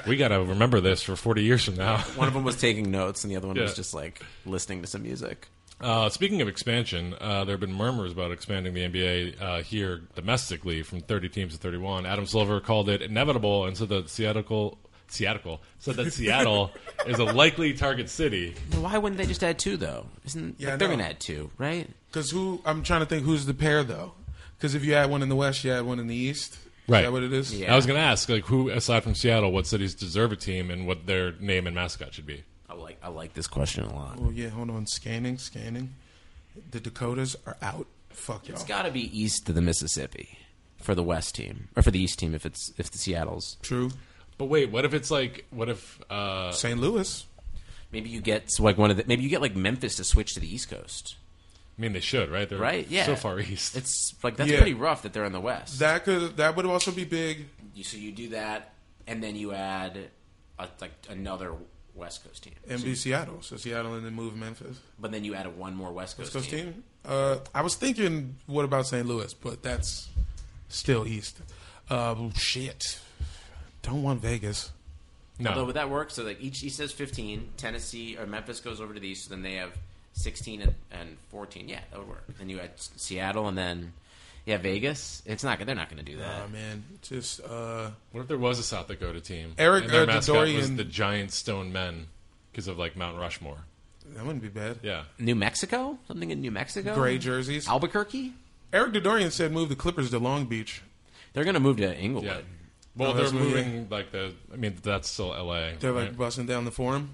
Speaker 3: We got to remember this for 40 years from now. [LAUGHS]
Speaker 1: One of them was taking notes, and the other one was
Speaker 3: Yeah.
Speaker 1: just like listening to some music.
Speaker 3: Uh, speaking of expansion, uh, there have been murmurs about expanding the NBA uh, here domestically from 30 teams to 31. Adam Silver called it inevitable and said that Seattle, Seattle said
Speaker 1: [LAUGHS]
Speaker 3: that Seattle is a likely target city.
Speaker 1: But why wouldn't they just add two though? Isn't
Speaker 2: Yeah, I
Speaker 1: like, they're
Speaker 2: know.
Speaker 1: going to add two, right?
Speaker 2: Because who? I'm trying to think who's the pair though. Because if you had one in the West, you had one in the East.
Speaker 3: Right.
Speaker 2: Is that what it is?
Speaker 1: Yeah.
Speaker 3: I was going to ask, like, who aside from Seattle, what cities deserve a team and what their name and mascot should be?
Speaker 1: I like I like this question a lot.
Speaker 2: Oh yeah. Hold on. Scanning. Scanning. The Dakotas are out. Fuck y'all.
Speaker 1: It's got to be east of the Mississippi for the West team, or for the East team if it's if the Seattle's.
Speaker 2: True.
Speaker 3: But wait, what if it's like, what if uh,
Speaker 2: St. Louis.
Speaker 1: Maybe you get so, like one of the maybe you get like Memphis to switch to the East Coast.
Speaker 3: I mean, they should, right? They're
Speaker 1: Right, yeah.
Speaker 3: so far east.
Speaker 1: It's like that's
Speaker 2: Yeah.
Speaker 1: pretty rough that they're in the West.
Speaker 2: That could. That would also be big.
Speaker 1: You- so you do that, and then you add a, like another West Coast team,
Speaker 2: and be Seattle. So Seattle and then move Memphis.
Speaker 1: but then you add a one more West Coast,
Speaker 2: West Coast team. Uh, I was thinking, what about St. Louis? But that's still East. Uh, shit. Don't want Vegas.
Speaker 3: no,
Speaker 1: Although would that work? So like each East has fifteen. Tennessee or Memphis goes over to the East, so then they have sixteen and, and fourteen. Yeah, that would work. Then you add S- Seattle, and then yeah, Vegas. It's not. They're not going to do that.
Speaker 2: Uh, man, just uh,
Speaker 3: What if there was a South Dakota team?
Speaker 2: Eric,
Speaker 3: and their
Speaker 2: uh,
Speaker 3: mascot was
Speaker 2: Dorian-
Speaker 3: the giant stone men because of like Mount Rushmore.
Speaker 2: that wouldn't be bad.
Speaker 3: Yeah,
Speaker 1: New Mexico? Something in New Mexico?
Speaker 2: Gray jerseys.
Speaker 1: Albuquerque?
Speaker 2: Eric Dodorian said move the Clippers to Long Beach.
Speaker 1: They're going to move to
Speaker 3: yeah.
Speaker 1: Inglewood.
Speaker 3: Well,
Speaker 2: No,
Speaker 3: they're
Speaker 2: that's weird.
Speaker 3: moving like the. I mean, that's still L.A.
Speaker 2: They're like
Speaker 3: right?
Speaker 2: busting down the forum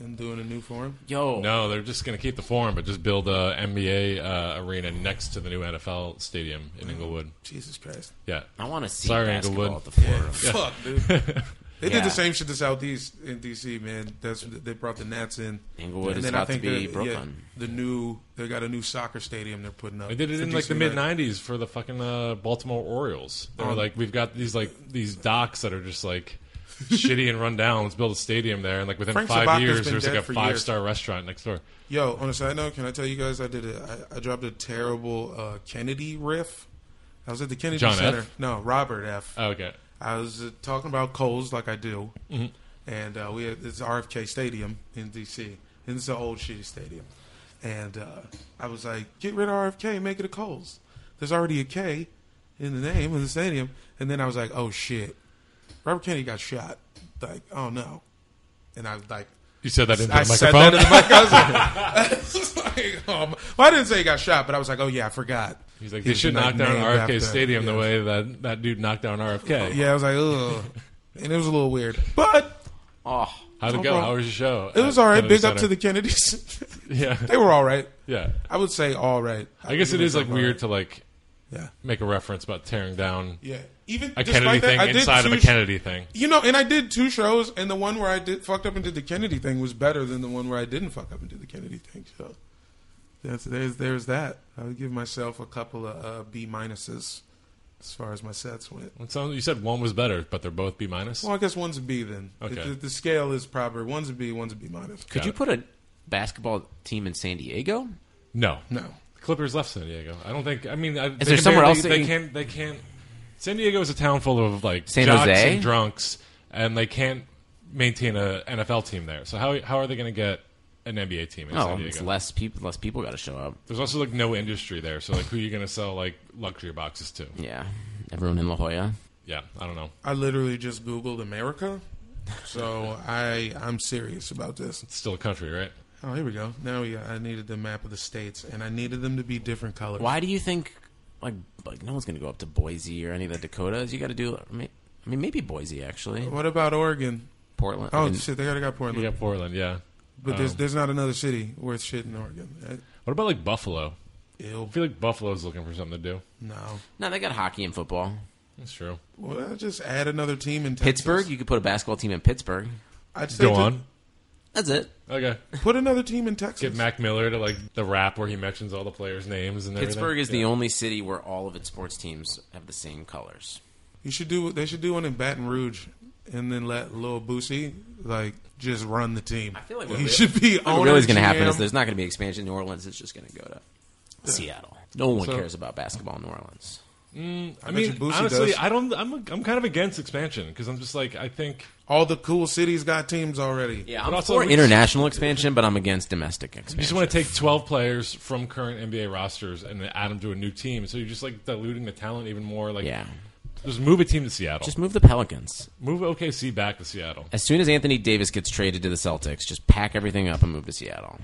Speaker 2: and doing a new forum.
Speaker 1: Yo,
Speaker 3: no, they're just going to keep the form, but just build a NBA uh, arena next to the new NFL stadium in Inglewood.
Speaker 2: Jesus Christ.
Speaker 3: Yeah,
Speaker 1: I want to see
Speaker 3: Sorry,
Speaker 1: basketball
Speaker 3: Inglewood. [LAUGHS]
Speaker 1: at the forum.
Speaker 2: Fuck, dude. They
Speaker 1: Yeah.
Speaker 2: did the same shit to Southeast in DC, man. That's they brought the Nats in.
Speaker 1: Inglewood
Speaker 2: And
Speaker 1: is
Speaker 2: then
Speaker 1: about
Speaker 2: I think
Speaker 1: to be
Speaker 2: they're-
Speaker 1: Brooklyn.
Speaker 2: the new they got a new soccer stadium they're putting up.
Speaker 3: They did it
Speaker 2: for
Speaker 3: in like
Speaker 2: DC
Speaker 3: the mid
Speaker 2: United.
Speaker 3: '90s for the fucking uh, Baltimore Orioles. They were
Speaker 2: Um,
Speaker 3: like, we've got these like these docks that are just like shitty and run down. Let's build a stadium there, and like within
Speaker 2: Frank
Speaker 3: five
Speaker 2: Zabaka's
Speaker 3: years,
Speaker 2: been
Speaker 3: there's like
Speaker 2: dead
Speaker 3: a
Speaker 2: for
Speaker 3: five
Speaker 2: years.
Speaker 3: star restaurant next door.
Speaker 2: Yo, on a side note, can I tell you guys I did a I, I dropped a terrible uh, Kennedy riff. I was at the Kennedy
Speaker 3: John F?
Speaker 2: Center. No, Robert F. I
Speaker 3: Oh, okay,
Speaker 2: was uh, talking about Coles like I do,
Speaker 3: Mm-hmm.
Speaker 2: and uh, we had this RFK Stadium in DC, and it's an old shitty stadium. And uh, I was like, get rid of RFK, and make it a Coles. There's already a K in the name of the stadium, and then I was like, oh shit, Robert Kennedy got shot. Like, oh no, and I was like.
Speaker 3: you said that into
Speaker 2: I
Speaker 3: the
Speaker 2: said
Speaker 3: microphone.
Speaker 2: that in the mic. I was like, [LAUGHS] I was like, um, well, I didn't say he got shot, but I was like, oh yeah, I forgot.
Speaker 3: He's like,
Speaker 2: He
Speaker 3: they should
Speaker 2: was,
Speaker 3: knock down
Speaker 2: named
Speaker 3: RFK
Speaker 2: after-
Speaker 3: Stadium
Speaker 2: yeah.
Speaker 3: the way that that dude knocked down RFK.
Speaker 2: Yeah, I was like, ugh, and it was a little weird, but
Speaker 1: Oh,
Speaker 3: How'd it
Speaker 2: No
Speaker 3: go?
Speaker 2: problem.
Speaker 3: How was your show?
Speaker 2: it was all right. Big up to the Kennedys. [LAUGHS]
Speaker 3: yeah,
Speaker 2: they were all right.
Speaker 3: yeah.
Speaker 2: I would say all right.
Speaker 3: I guess it
Speaker 2: would
Speaker 3: is
Speaker 2: say
Speaker 3: like
Speaker 2: all
Speaker 3: weird
Speaker 2: right.
Speaker 3: to like
Speaker 2: Yeah,
Speaker 3: make a reference about tearing down
Speaker 2: yeah. Even
Speaker 3: a
Speaker 2: despite
Speaker 3: Kennedy
Speaker 2: that,
Speaker 3: thing
Speaker 2: I did
Speaker 3: inside of a
Speaker 2: two sh-
Speaker 3: Kennedy thing.
Speaker 2: You know, and I did two shows, and the one where I did fucked up and did the Kennedy thing was better than the one where I didn't fuck up and did the Kennedy thing. So that's there's there's that. I would give myself a couple of uh, B minuses as far as my sets went.
Speaker 3: It sounds- you said one was better, but they're both B minus.
Speaker 2: Well, I guess one's a B then.
Speaker 3: Okay.
Speaker 2: The, the, the scale is proper. One's a B, one's a B minus.
Speaker 1: could
Speaker 3: Got
Speaker 1: you
Speaker 3: it.
Speaker 1: put a basketball team in San Diego?
Speaker 3: No,
Speaker 2: No.
Speaker 3: Clippers left San Diego. I don't think. I mean, I, is
Speaker 1: there somewhere else
Speaker 3: They,
Speaker 1: that
Speaker 3: they
Speaker 1: you-
Speaker 3: can't. They can't. San Diego is a town full of like
Speaker 1: San
Speaker 3: jocks
Speaker 1: Jose?
Speaker 3: and drunks, and they can't maintain a NFL team there. So how how are they going to get an NBA team in
Speaker 1: No,
Speaker 3: San
Speaker 1: Oh, it's
Speaker 3: Diego?
Speaker 1: less people. Less people got to show up.
Speaker 3: There's also like no industry there. So like, who are you going to sell like luxury boxes to?
Speaker 1: Yeah, everyone in La Jolla.
Speaker 3: Yeah, I don't know.
Speaker 2: I literally just Googled America. So I I'm serious about this.
Speaker 3: It's still a country, right?
Speaker 2: Oh, here we go. Now we, I needed the map of the states, and I needed them to be different colors.
Speaker 1: Why do you think like like no one's gonna go up to Boise or any of the Dakotas? You got to do. I mean, I mean, maybe Boise actually.
Speaker 2: What about Oregon?
Speaker 1: Portland. I
Speaker 2: Oh
Speaker 1: mean,
Speaker 2: shit, they already got Portland.
Speaker 3: You got Portland, yeah.
Speaker 2: But there's
Speaker 3: Um,
Speaker 2: there's not another city worth shit in Oregon. Uh,
Speaker 3: What about like Buffalo?
Speaker 2: Ew.
Speaker 3: I feel like Buffalo's looking for something to do.
Speaker 2: No.
Speaker 1: no, they got hockey and football.
Speaker 3: That's true.
Speaker 2: Well, I'll just add another team in Texas.
Speaker 1: Pittsburgh. You could put a basketball team in Pittsburgh.
Speaker 2: I'd say
Speaker 3: Go
Speaker 2: to- [LAUGHS]
Speaker 3: on.
Speaker 1: That's it.
Speaker 3: Okay.
Speaker 2: Put another team in Texas.
Speaker 3: Get Mac Miller to like the rap where he mentions all the players' names and everything.
Speaker 1: Pittsburgh is
Speaker 3: Yeah.
Speaker 1: the only city where all of its sports teams have the same colors.
Speaker 2: You should do. They should do one in Baton Rouge, and then let Lil Boosie like just run the team. I
Speaker 1: feel like what
Speaker 2: he
Speaker 1: re-
Speaker 2: should be.
Speaker 1: What
Speaker 2: Owner,
Speaker 1: really is going to happen
Speaker 2: GM.
Speaker 1: is there's not going to be expansion in New Orleans. It's just going to go to Seattle. No one cares about basketball in New Orleans.
Speaker 3: Mm, I,
Speaker 2: bet you
Speaker 3: mean,
Speaker 2: Boosie
Speaker 3: honestly,
Speaker 2: does.
Speaker 3: I don't. I'm I'm kind of against expansion because I'm just like I think
Speaker 2: all the cool cities got teams already.
Speaker 1: Yeah,
Speaker 3: But
Speaker 1: I'm
Speaker 3: also
Speaker 1: for
Speaker 3: we-
Speaker 1: international expansion, but I'm against domestic
Speaker 3: you
Speaker 1: expansion.
Speaker 3: just want to take 12 players from current NBA rosters and then add them to a new team. So you're just like diluting the talent even more. Like,
Speaker 1: yeah,
Speaker 3: just move a team to Seattle.
Speaker 1: just move the Pelicans.
Speaker 3: move OKC back to Seattle.
Speaker 1: As soon as Anthony Davis gets traded to the Celtics, just pack everything up and move to Seattle.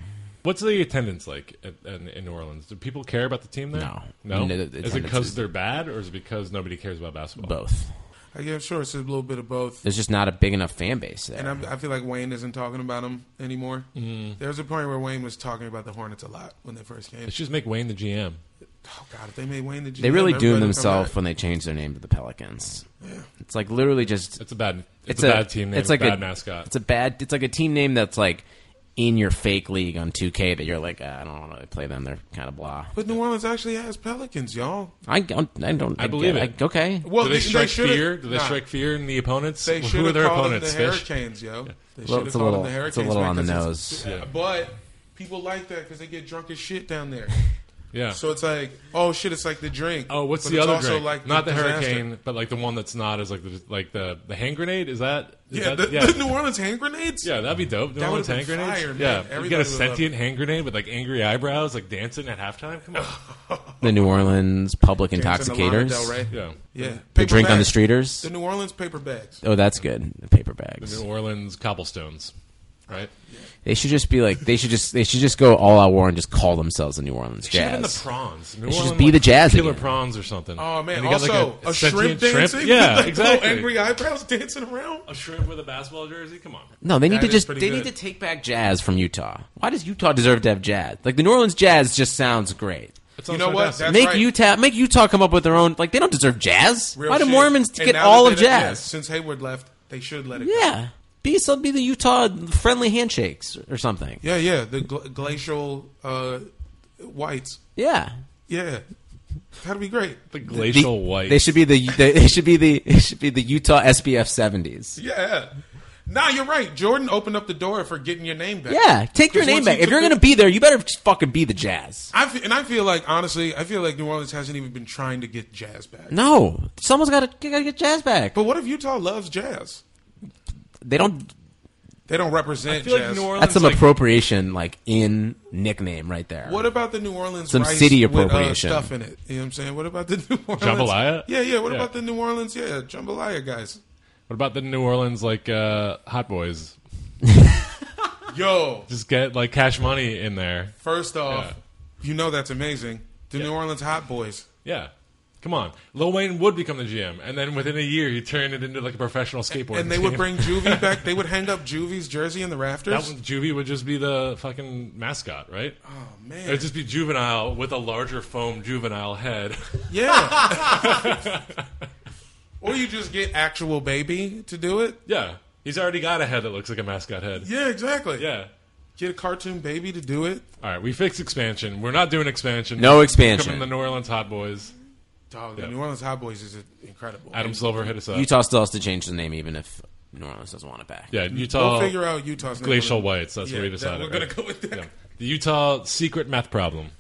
Speaker 3: What's the attendance like at, at, in New Orleans? Do people care about the team there?
Speaker 1: No.
Speaker 3: no.
Speaker 1: No, the- the
Speaker 3: is it
Speaker 1: attendance
Speaker 3: because
Speaker 1: is-
Speaker 3: they're bad, or is it because nobody cares about basketball?
Speaker 1: Both.
Speaker 2: I yeah, sure. It's a little bit of both.
Speaker 1: There's just not a big enough fan base there.
Speaker 2: And I'm, I feel like Wayne isn't talking about them anymore.
Speaker 1: Mm-hmm.
Speaker 2: Mm. There was a point where Wayne was talking about the Hornets a lot when they first came.
Speaker 3: Let's just make Wayne the GM.
Speaker 2: Oh God, if they made Wayne the GM,
Speaker 1: they really
Speaker 2: everybody would
Speaker 1: doomed
Speaker 2: come
Speaker 1: themselves
Speaker 2: back.
Speaker 1: when they changed their name to the Pelicans. It's like literally just
Speaker 3: It's a bad. It's, a, bad team name.
Speaker 1: It's like
Speaker 3: a bad
Speaker 1: a
Speaker 3: mascot.
Speaker 1: It's a bad. It's like a team name that's like in your fake league on 2K that you're like, "Ah, I don't want to play them. They're kind of blah.
Speaker 2: But New Orleans actually has Pelicans, y'all.
Speaker 1: I don't. I don't.
Speaker 3: I believe
Speaker 1: get-
Speaker 3: it.
Speaker 1: I- okay.
Speaker 2: Well,
Speaker 3: do they, strike
Speaker 2: should've-
Speaker 3: fear? Do they
Speaker 2: nah.
Speaker 3: strike fear in the opponents?
Speaker 2: They should
Speaker 3: Who are
Speaker 2: have
Speaker 3: their
Speaker 2: called
Speaker 3: opponents?
Speaker 2: them the
Speaker 3: Fish?
Speaker 2: Hurricanes, yo. They
Speaker 1: Well,
Speaker 2: should
Speaker 1: it's
Speaker 2: have
Speaker 1: a
Speaker 2: called
Speaker 1: little.
Speaker 2: them the Hurricanes.
Speaker 1: It's a little on the
Speaker 2: because
Speaker 1: nose.
Speaker 2: it's- But people like that because they get drunk as shit
Speaker 1: [LAUGHS]
Speaker 2: down there.
Speaker 3: Yeah.
Speaker 2: So it's like, oh shit, it's like the drink.
Speaker 3: Oh, what's
Speaker 2: But
Speaker 3: the
Speaker 2: it's
Speaker 3: other
Speaker 2: also
Speaker 3: drink?
Speaker 2: Like
Speaker 3: not the
Speaker 2: disaster.
Speaker 3: hurricane, but like the one that's not is like the like the the hand grenade. Is that? Is
Speaker 2: Yeah,
Speaker 3: that,
Speaker 2: the, [LAUGHS]
Speaker 3: yeah.
Speaker 2: the New Orleans hand grenades.
Speaker 3: yeah, that'd be dope. New
Speaker 2: That
Speaker 3: Orleans hand
Speaker 2: would've been
Speaker 3: grenades.
Speaker 2: fire, man.
Speaker 3: yeah, you
Speaker 2: Everybody
Speaker 3: got a
Speaker 2: would've loved
Speaker 3: sentient hand grenade with like angry eyebrows, like dancing at halftime.
Speaker 2: [LAUGHS]
Speaker 3: Come on,
Speaker 1: The New Orleans public
Speaker 2: Drinks in the Lana
Speaker 1: intoxicators.
Speaker 2: Del Rey.
Speaker 3: yeah.
Speaker 2: Yeah,
Speaker 1: The
Speaker 2: Paper
Speaker 1: drink on the
Speaker 2: bags.
Speaker 1: streeters.
Speaker 2: The New Orleans paper bags.
Speaker 1: Oh, that's good. The paper
Speaker 3: The
Speaker 1: bags.
Speaker 3: New Orleans cobblestones, right?
Speaker 1: They should just be like. They should just. They should just go all out war and just call themselves the New Orleons
Speaker 3: Should have been the
Speaker 1: Jazz.
Speaker 3: prawns. New
Speaker 1: should just
Speaker 3: Orleans,
Speaker 1: be
Speaker 3: like,
Speaker 1: the Jazz
Speaker 3: Killer
Speaker 1: again.
Speaker 3: prawns or something.
Speaker 2: Oh man,
Speaker 3: And they got,
Speaker 2: also
Speaker 3: like,
Speaker 2: a, shrimp
Speaker 3: sentient
Speaker 2: dancing. with,
Speaker 3: Yeah,
Speaker 2: like, [LAUGHS] little
Speaker 3: exactly.
Speaker 2: Angry eyebrows dancing around.
Speaker 3: A shrimp with a basketball jersey. Come on.
Speaker 1: No, they need
Speaker 2: That
Speaker 1: to
Speaker 2: is
Speaker 1: just. They
Speaker 2: pretty
Speaker 1: need
Speaker 2: good.
Speaker 1: to take back Jazz from Utah. Why does Utah deserve to have Jazz? Like the New Orleans Jazz just sounds great.
Speaker 3: It's
Speaker 2: You
Speaker 3: on
Speaker 2: know what?
Speaker 3: Sardassic.
Speaker 2: That's
Speaker 1: make
Speaker 2: right.
Speaker 1: Utah make Utah come up with their own. Like they don't deserve jazz.
Speaker 2: Real
Speaker 1: Why do
Speaker 2: shit.
Speaker 1: Mormons
Speaker 2: And
Speaker 1: get
Speaker 2: now
Speaker 1: all
Speaker 2: that
Speaker 1: of
Speaker 2: they- yeah,
Speaker 1: jazz?
Speaker 2: since Hayward left, They should let it go.
Speaker 1: Yeah. Be some be the Utah friendly handshakes or something.
Speaker 2: Yeah, yeah. The gl- glacial uh, whites.
Speaker 1: Yeah.
Speaker 2: Yeah, that'd be great.
Speaker 3: The glacial
Speaker 1: The-
Speaker 3: white.
Speaker 1: They should be the they, they should be the it should be the Utah SBF 70s.
Speaker 2: Yeah. Nah, you're right. Jordan opened up the door for getting your name back.
Speaker 1: Yeah, take your
Speaker 2: 'Cause
Speaker 1: name
Speaker 2: once he
Speaker 1: back. If
Speaker 2: took
Speaker 1: you're
Speaker 2: the-
Speaker 1: going to be there, you better just fucking be the Jazz.
Speaker 2: I fe- and I feel like honestly, I feel like New Orleans hasn't even been trying to get jazz back.
Speaker 1: No, someone's got to got to get Jazz back.
Speaker 2: But what if Utah loves jazz?
Speaker 1: They don't
Speaker 2: They don't represent
Speaker 3: I feel
Speaker 2: jazz.
Speaker 3: like New Orleans.
Speaker 1: That's some
Speaker 3: like,
Speaker 1: appropriation, like in nickname, right there.
Speaker 2: What about the New Orleans
Speaker 1: Some
Speaker 2: rice
Speaker 1: city
Speaker 2: with, uh,
Speaker 1: appropriation.
Speaker 2: stuff in it? You know what I'm saying? What about the [LAUGHS] New Orleans
Speaker 3: Jambalaya?
Speaker 2: Yeah, yeah. What
Speaker 3: Yeah.
Speaker 2: about the New Orleans? Yeah, jambalaya guys.
Speaker 3: What about the New Orleans like uh, hot boys?
Speaker 2: Yo,
Speaker 3: Just get like cash money in there.
Speaker 2: first off,
Speaker 3: Yeah.
Speaker 2: you know that's amazing. The New Orleans Hot Boys.
Speaker 3: Yeah. Come on, Lil Wayne would become the GM, and then within a year, you turn it into like a professional skateboard.
Speaker 2: And they would bring Juvie back. [LAUGHS] They would hang up Juvie's jersey in the rafters.
Speaker 3: that one, Juvie would just be the fucking mascot, right?
Speaker 2: oh man,
Speaker 3: It'd just be juvenile with a larger foam juvenile head. [LAUGHS]
Speaker 2: Yeah. [LAUGHS] or you just get actual baby to do it.
Speaker 3: yeah, he's already got a head that looks like a mascot head.
Speaker 2: Yeah, exactly.
Speaker 3: yeah.
Speaker 2: Get a cartoon baby to do it.
Speaker 3: All right, we fixed expansion. We're not doing expansion.
Speaker 1: No
Speaker 3: We're
Speaker 1: expansion.
Speaker 3: Coming to the New Orleans Hot Boys.
Speaker 2: Dog, the
Speaker 3: Yeah.
Speaker 2: New Orleans Hot Boys is incredible.
Speaker 3: Adam Silver hit us up.
Speaker 1: Utah still has to change the name, even if New Orleans doesn't want it back.
Speaker 3: Yeah,
Speaker 2: We'll
Speaker 3: Utah
Speaker 2: figure out Utah's name.
Speaker 3: Uh, glacial whites. That's
Speaker 2: Yeah,
Speaker 3: what we
Speaker 2: that-
Speaker 3: decided.
Speaker 2: we're gonna
Speaker 3: right?
Speaker 2: go with that.
Speaker 3: Yeah. The Utah secret math problem.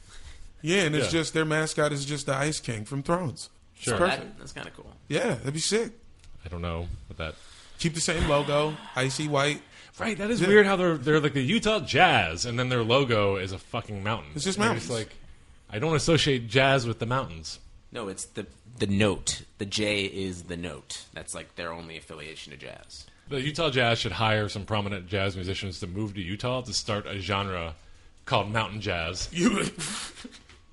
Speaker 2: Yeah, and it's
Speaker 3: Yeah.
Speaker 2: just their mascot is just the Ice King from Thrones.
Speaker 3: Sure.
Speaker 2: perfect.
Speaker 1: That- that's kind of cool.
Speaker 2: Yeah, that'd be sick.
Speaker 3: I don't know what that.
Speaker 2: Keep the same logo, icy white.
Speaker 3: Right, that is weird how they're they're like the Utah Jazz, and then their logo is a fucking mountain.
Speaker 2: It's just
Speaker 3: And they're
Speaker 2: mountains.
Speaker 3: like I don't associate jazz with the mountains.
Speaker 1: No, it's the the note. The J is the note. That's like their only affiliation to jazz.
Speaker 3: The Utah Jazz should hire some prominent jazz musicians to move to Utah to start a genre called mountain jazz,
Speaker 2: [LAUGHS] You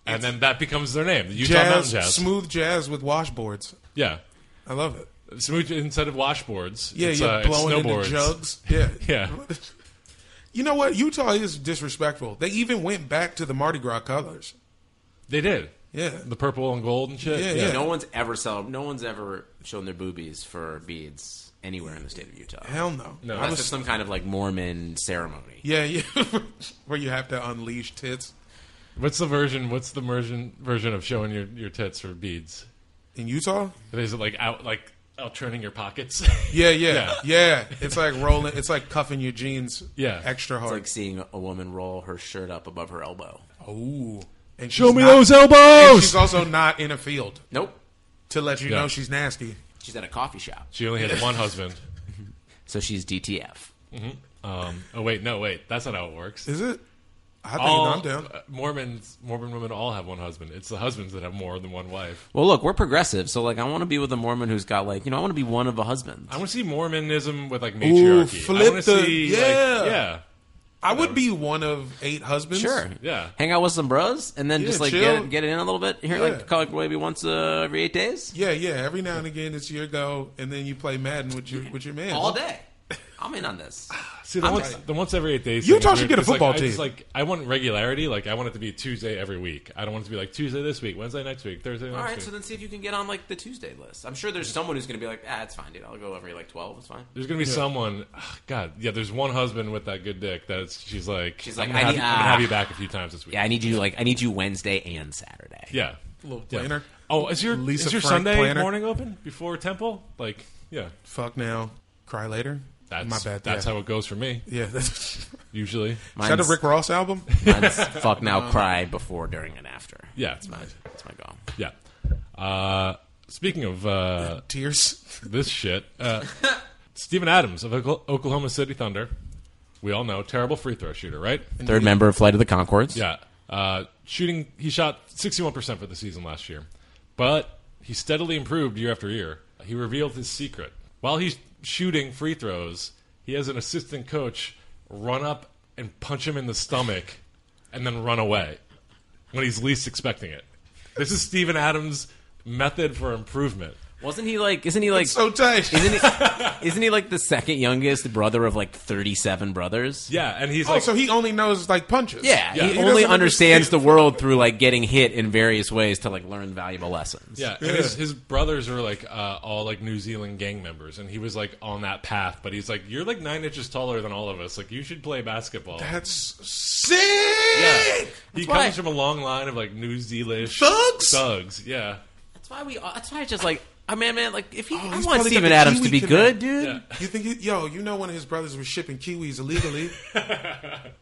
Speaker 3: and then that becomes their name, the Utah
Speaker 2: jazz,
Speaker 3: Mountain Jazz.
Speaker 2: smooth jazz with washboards.
Speaker 3: yeah,
Speaker 2: I love it.
Speaker 3: smooth instead of washboards.
Speaker 2: Yeah,
Speaker 3: it's,
Speaker 2: yeah,
Speaker 3: uh, it's
Speaker 2: blowing
Speaker 3: snowboards.
Speaker 2: into jugs. Yeah,
Speaker 3: [LAUGHS] Yeah.
Speaker 2: You know what? Utah is disrespectful. They even went back to the Mardi Gras colors.
Speaker 3: They did
Speaker 2: Yeah,
Speaker 3: the purple and gold and shit.
Speaker 2: Yeah, yeah.
Speaker 1: No one's ever sell. No one's ever shown their boobies for beads anywhere in the state of Utah.
Speaker 2: hell no.
Speaker 3: No.
Speaker 2: I
Speaker 1: Unless
Speaker 2: was-
Speaker 1: it's some kind of like Mormon ceremony.
Speaker 2: [LAUGHS] yeah, yeah, [LAUGHS] where you have to unleash tits
Speaker 3: What's the version? What's the version version of showing your, your tits or beads?
Speaker 2: in Utah.
Speaker 3: Is it like out like out turning
Speaker 2: [LAUGHS]
Speaker 3: your pockets?
Speaker 2: Yeah, yeah, yeah,
Speaker 3: Yeah.
Speaker 2: It's like rolling. It's like cuffing your jeans.
Speaker 3: Yeah.
Speaker 2: extra
Speaker 1: It's
Speaker 2: hard.
Speaker 1: like seeing a woman roll her shirt up above her elbow.
Speaker 2: Ooh, and
Speaker 3: Show
Speaker 2: she's
Speaker 3: me
Speaker 2: not-
Speaker 3: those
Speaker 2: And she's
Speaker 3: elbows.
Speaker 2: also not in a field
Speaker 1: Nope.
Speaker 2: to let you
Speaker 3: Yeah.
Speaker 2: know she's nasty.
Speaker 1: She's at a coffee shop,
Speaker 3: She only has one husband.
Speaker 1: so she's DTF.
Speaker 3: Um, oh wait, no wait, that's not how it works.
Speaker 2: Is it? I think
Speaker 3: All
Speaker 2: I'm down.
Speaker 3: uh, Mormons, Mormon women all have one husband. It's the husbands that have more than one wife.
Speaker 1: Well, look, we're progressive, so like I want to be with a Mormon who's got like you know I want to be one of a husband.
Speaker 3: I want to see Mormonism with like matriarchy. I
Speaker 2: flip
Speaker 3: want to
Speaker 2: the-
Speaker 3: see,
Speaker 2: yeah.
Speaker 3: like, yeah,
Speaker 2: I would be one of eight husbands.
Speaker 1: Sure,
Speaker 3: yeah.
Speaker 1: Hang out with some bros, and then
Speaker 2: Yeah,
Speaker 1: just like
Speaker 2: chill.
Speaker 1: get, get it in a little bit here,
Speaker 2: Yeah.
Speaker 1: like call it maybe once uh, every eight days,
Speaker 2: Yeah, yeah. Every now and again, it's your go, and then you play Madden with your with your man
Speaker 1: all day. I'm in on
Speaker 3: [LAUGHS]
Speaker 1: this.
Speaker 3: See, the once, the once every eight days.
Speaker 2: Utah
Speaker 3: thing is
Speaker 2: should
Speaker 3: weird
Speaker 2: get a
Speaker 3: 'cause, like,
Speaker 2: football
Speaker 3: I just,
Speaker 2: team.
Speaker 3: like I want regularity. Like I want it to be Tuesday every week. I don't want it to be like Tuesday this week, Wednesday next week, Thursday next
Speaker 1: All right,
Speaker 3: week.
Speaker 1: so then see if you can get on like the Tuesday list. I'm sure there's someone who's going to be like, ah, it's fine, dude. I'll go every like twelve. It's fine.
Speaker 3: There's gonna be someone. ugh, God, yeah. There's one husband with that good dick. That's she's like.
Speaker 1: She's like,
Speaker 3: I'm gonna,
Speaker 1: I
Speaker 3: have,
Speaker 1: need-
Speaker 3: I'm gonna have
Speaker 1: ah.
Speaker 3: you back a few times this week.
Speaker 1: Yeah, I need you like I need you Wednesday and Saturday.
Speaker 3: yeah.
Speaker 2: Little
Speaker 3: Yeah.
Speaker 2: planner.
Speaker 3: Oh, is your
Speaker 2: Lisa
Speaker 3: is your
Speaker 2: Frank
Speaker 3: Sunday
Speaker 2: planner.
Speaker 3: morning open before temple? Like, yeah.
Speaker 2: Fuck now, cry later.
Speaker 3: That's
Speaker 2: My bad.
Speaker 3: That's
Speaker 2: yeah.
Speaker 3: how it goes for me
Speaker 2: Yeah, [LAUGHS] that's,
Speaker 3: usually.
Speaker 2: is that a
Speaker 1: Mine's,
Speaker 2: Rick
Speaker 1: [LAUGHS]
Speaker 2: Ross album?
Speaker 1: mine's fuck
Speaker 3: [LAUGHS]
Speaker 1: now, cry before, during, and after.
Speaker 3: Yeah, it's
Speaker 1: That's my- that's my goal.
Speaker 3: yeah. Uh, speaking of uh,
Speaker 2: Tears.
Speaker 3: this shit, uh, [LAUGHS] Stephen Adams of Oka- Oklahoma City Thunder, we all know terrible free throw shooter, right?
Speaker 1: Third member of Flight of the Concords.
Speaker 3: Yeah. Uh, shooting, he shot 61% for the season last year, but he steadily improved year after year. He revealed his secret. While he's shooting free throws, he has an assistant coach run up and punch him in the stomach and then run away when he's least expecting it. This is Steven Adams' method for improvement.
Speaker 1: Wasn't he like? Isn't he like?
Speaker 2: so tight.
Speaker 1: isn't he? Isn't he like the second youngest brother of like thirty-seven brothers?
Speaker 3: Yeah, and he's
Speaker 2: oh,
Speaker 3: like,
Speaker 2: so he only knows like punches.
Speaker 1: Yeah,
Speaker 3: Yeah.
Speaker 1: he,
Speaker 3: He
Speaker 1: only
Speaker 2: doesn't
Speaker 1: understands the world through like getting hit in various ways to like learn valuable lessons.
Speaker 3: yeah, and his, his brothers are like uh, all like New Zealand gang members, and he was like on that path. But he's like, you're like nine inches taller than all of us. Like you should play basketball.
Speaker 2: That's sick.
Speaker 3: Yeah. He
Speaker 1: why-
Speaker 3: comes from a long line of like New Zealand
Speaker 2: Thugs?
Speaker 3: Thugs, yeah.
Speaker 1: that's why we. That's why it's just like, I mean, man, like if he, I want
Speaker 2: he's probably got
Speaker 1: Steven
Speaker 2: the
Speaker 1: Adams to
Speaker 2: Kiwi
Speaker 1: be good,
Speaker 2: connect.
Speaker 1: dude.
Speaker 3: Yeah.
Speaker 2: You think, he, yo, you know one of his brothers was shipping kiwis
Speaker 3: [LAUGHS]
Speaker 2: illegally.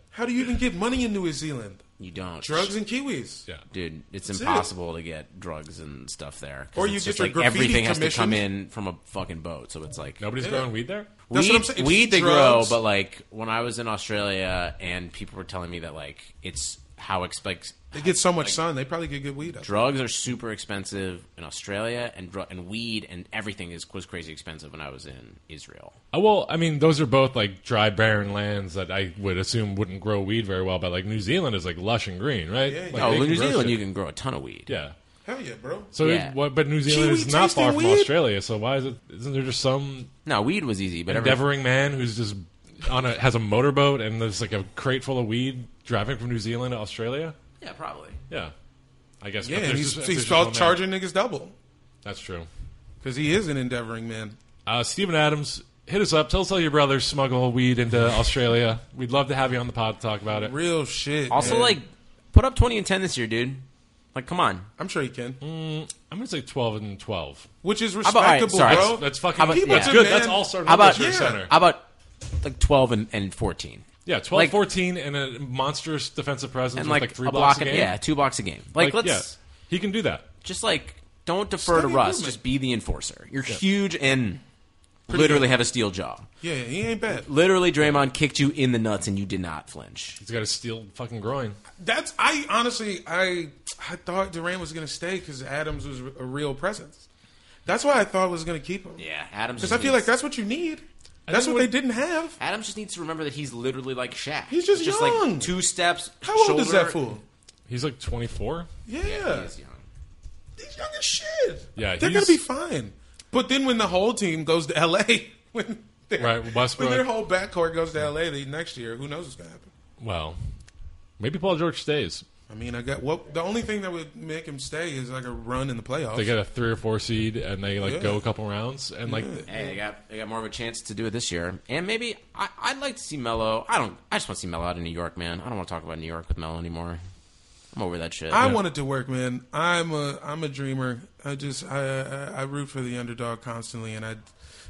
Speaker 2: How do you even get money in New Zealand?
Speaker 1: You don't
Speaker 2: Drugs and kiwis.
Speaker 3: Yeah.
Speaker 1: dude. It's
Speaker 2: it.
Speaker 1: impossible to get drugs and stuff there. 'Cause
Speaker 2: Or you
Speaker 1: it's
Speaker 2: get
Speaker 1: just,
Speaker 2: your
Speaker 1: like
Speaker 2: graffiti
Speaker 1: everything has to come
Speaker 2: commissioned.
Speaker 1: in from a fucking boat, so it's like
Speaker 3: Nobody's growing weed there?
Speaker 1: weed,
Speaker 2: That's what I'm saying. It's
Speaker 1: weed they grow,
Speaker 2: drugs.
Speaker 1: but like when I was in Australia and people were telling me that like it's how expect
Speaker 2: They get so much sun, they probably get good weed. Up.
Speaker 1: drugs are super expensive in Australia and dr- and weed and everything is was crazy expensive when I was in Israel.
Speaker 3: Uh, Well, I mean, those are both like dry, barren lands that I would assume wouldn't grow weed very well. But like New Zealand is like lush and green, right?
Speaker 2: Yeah,
Speaker 3: Like,
Speaker 2: yeah.
Speaker 1: Oh,
Speaker 3: they
Speaker 1: in
Speaker 3: can
Speaker 1: New
Speaker 3: grow
Speaker 1: Zealand
Speaker 3: shit.
Speaker 1: you can grow a ton of weed.
Speaker 3: yeah.
Speaker 2: Hell yeah, bro.
Speaker 3: So,
Speaker 1: Yeah.
Speaker 3: it, what, but New Zealand
Speaker 2: Kiwi
Speaker 3: is not
Speaker 2: tasting
Speaker 3: far from
Speaker 2: weed?
Speaker 3: Australia. So why is it? Isn't there just some
Speaker 1: No, weed was easy, but every,
Speaker 3: endeavoring man who's just on a has a motorboat and there's like a crate full of weed driving from New Zealand to Australia?
Speaker 1: yeah, probably.
Speaker 3: Yeah, I guess.
Speaker 2: Yeah,
Speaker 3: but
Speaker 2: and
Speaker 3: there's
Speaker 2: he's,
Speaker 3: just-
Speaker 2: he's
Speaker 3: there's just one
Speaker 2: all
Speaker 3: man.
Speaker 2: charging niggas double
Speaker 3: That's true.
Speaker 2: because he is an endeavoring man.
Speaker 3: Uh, Stephen Adams, hit us up. Tell us how your brothers smuggle weed into
Speaker 1: [LAUGHS]
Speaker 3: Australia. We'd love to have you on the pod to talk about it.
Speaker 2: Real shit.
Speaker 1: Also,
Speaker 2: man.
Speaker 1: like put up twenty and ten this year, dude. Like, come on.
Speaker 2: I'm sure he can,
Speaker 3: Mm. I'm gonna say twelve and twelve.
Speaker 2: which is
Speaker 1: about- all right,
Speaker 2: respectable,
Speaker 1: sorry.
Speaker 2: bro.
Speaker 3: That's fucking
Speaker 1: How about-
Speaker 3: that's
Speaker 1: yeah.
Speaker 3: good.
Speaker 2: Man.
Speaker 3: That's all star
Speaker 1: How about-
Speaker 3: numbers for a
Speaker 2: Yeah.
Speaker 3: center.
Speaker 1: How about like twelve and, and fourteen?
Speaker 3: Yeah, 12,
Speaker 1: Like-
Speaker 3: 14, and a monstrous defensive presence
Speaker 1: And
Speaker 3: with
Speaker 1: like,
Speaker 3: like three
Speaker 1: a
Speaker 3: blocks
Speaker 1: block,
Speaker 3: a
Speaker 1: a-
Speaker 3: game.
Speaker 1: yeah, two blocks a game. Like, let's
Speaker 3: yeah, he can do that.
Speaker 1: just like don't defer to
Speaker 2: Steady
Speaker 1: Russ.
Speaker 2: improvement.
Speaker 1: Just be the enforcer. You're huge and literally have a steel jaw.
Speaker 2: yeah, he ain't bad.
Speaker 1: Literally, Draymond kicked you in the nuts and you did not flinch.
Speaker 3: He's got a steel fucking groin.
Speaker 2: That's I honestly I I thought Durant was gonna stay because Adams was a real presence. That's why I thought I was gonna keep him.
Speaker 1: Yeah, Adams.
Speaker 2: because
Speaker 1: just
Speaker 2: I feel
Speaker 1: needs-
Speaker 2: like that's what you need.
Speaker 3: I
Speaker 2: That's
Speaker 3: think
Speaker 2: what
Speaker 3: what-
Speaker 2: they didn't have.
Speaker 1: Adams just needs to remember that he's literally like Shaq.
Speaker 2: He's just
Speaker 1: It's
Speaker 2: young.
Speaker 1: like two steps.
Speaker 2: How old is
Speaker 1: shoulder-
Speaker 2: that fool?
Speaker 3: He's like 24.
Speaker 2: Yeah,
Speaker 1: Yeah, he is young.
Speaker 2: he's young as shit.
Speaker 3: Yeah,
Speaker 2: they're
Speaker 3: he's-
Speaker 2: gonna be fine. But then when the whole team goes to L.A. [LAUGHS] when their-
Speaker 3: Right, Westbrook.
Speaker 2: when their whole backcourt goes to L.A. the next year, who knows what's gonna happen?
Speaker 3: Well, maybe Paul George stays.
Speaker 2: I mean, I got well. The only thing that would make him stay is like a run in the playoffs.
Speaker 3: They get a three or four seed, and they like
Speaker 2: Yeah.
Speaker 3: go a couple rounds, and like
Speaker 1: Hey, they got they got more of a chance to do it this year, and maybe I, I'd like to see Melo. I don't. I just want to see Melo out in New York, man. I don't want to talk about New York with Melo anymore. I'm over that shit.
Speaker 2: I want it to work, man. I'm a I'm a dreamer. I just I, I I root for the underdog constantly, and I,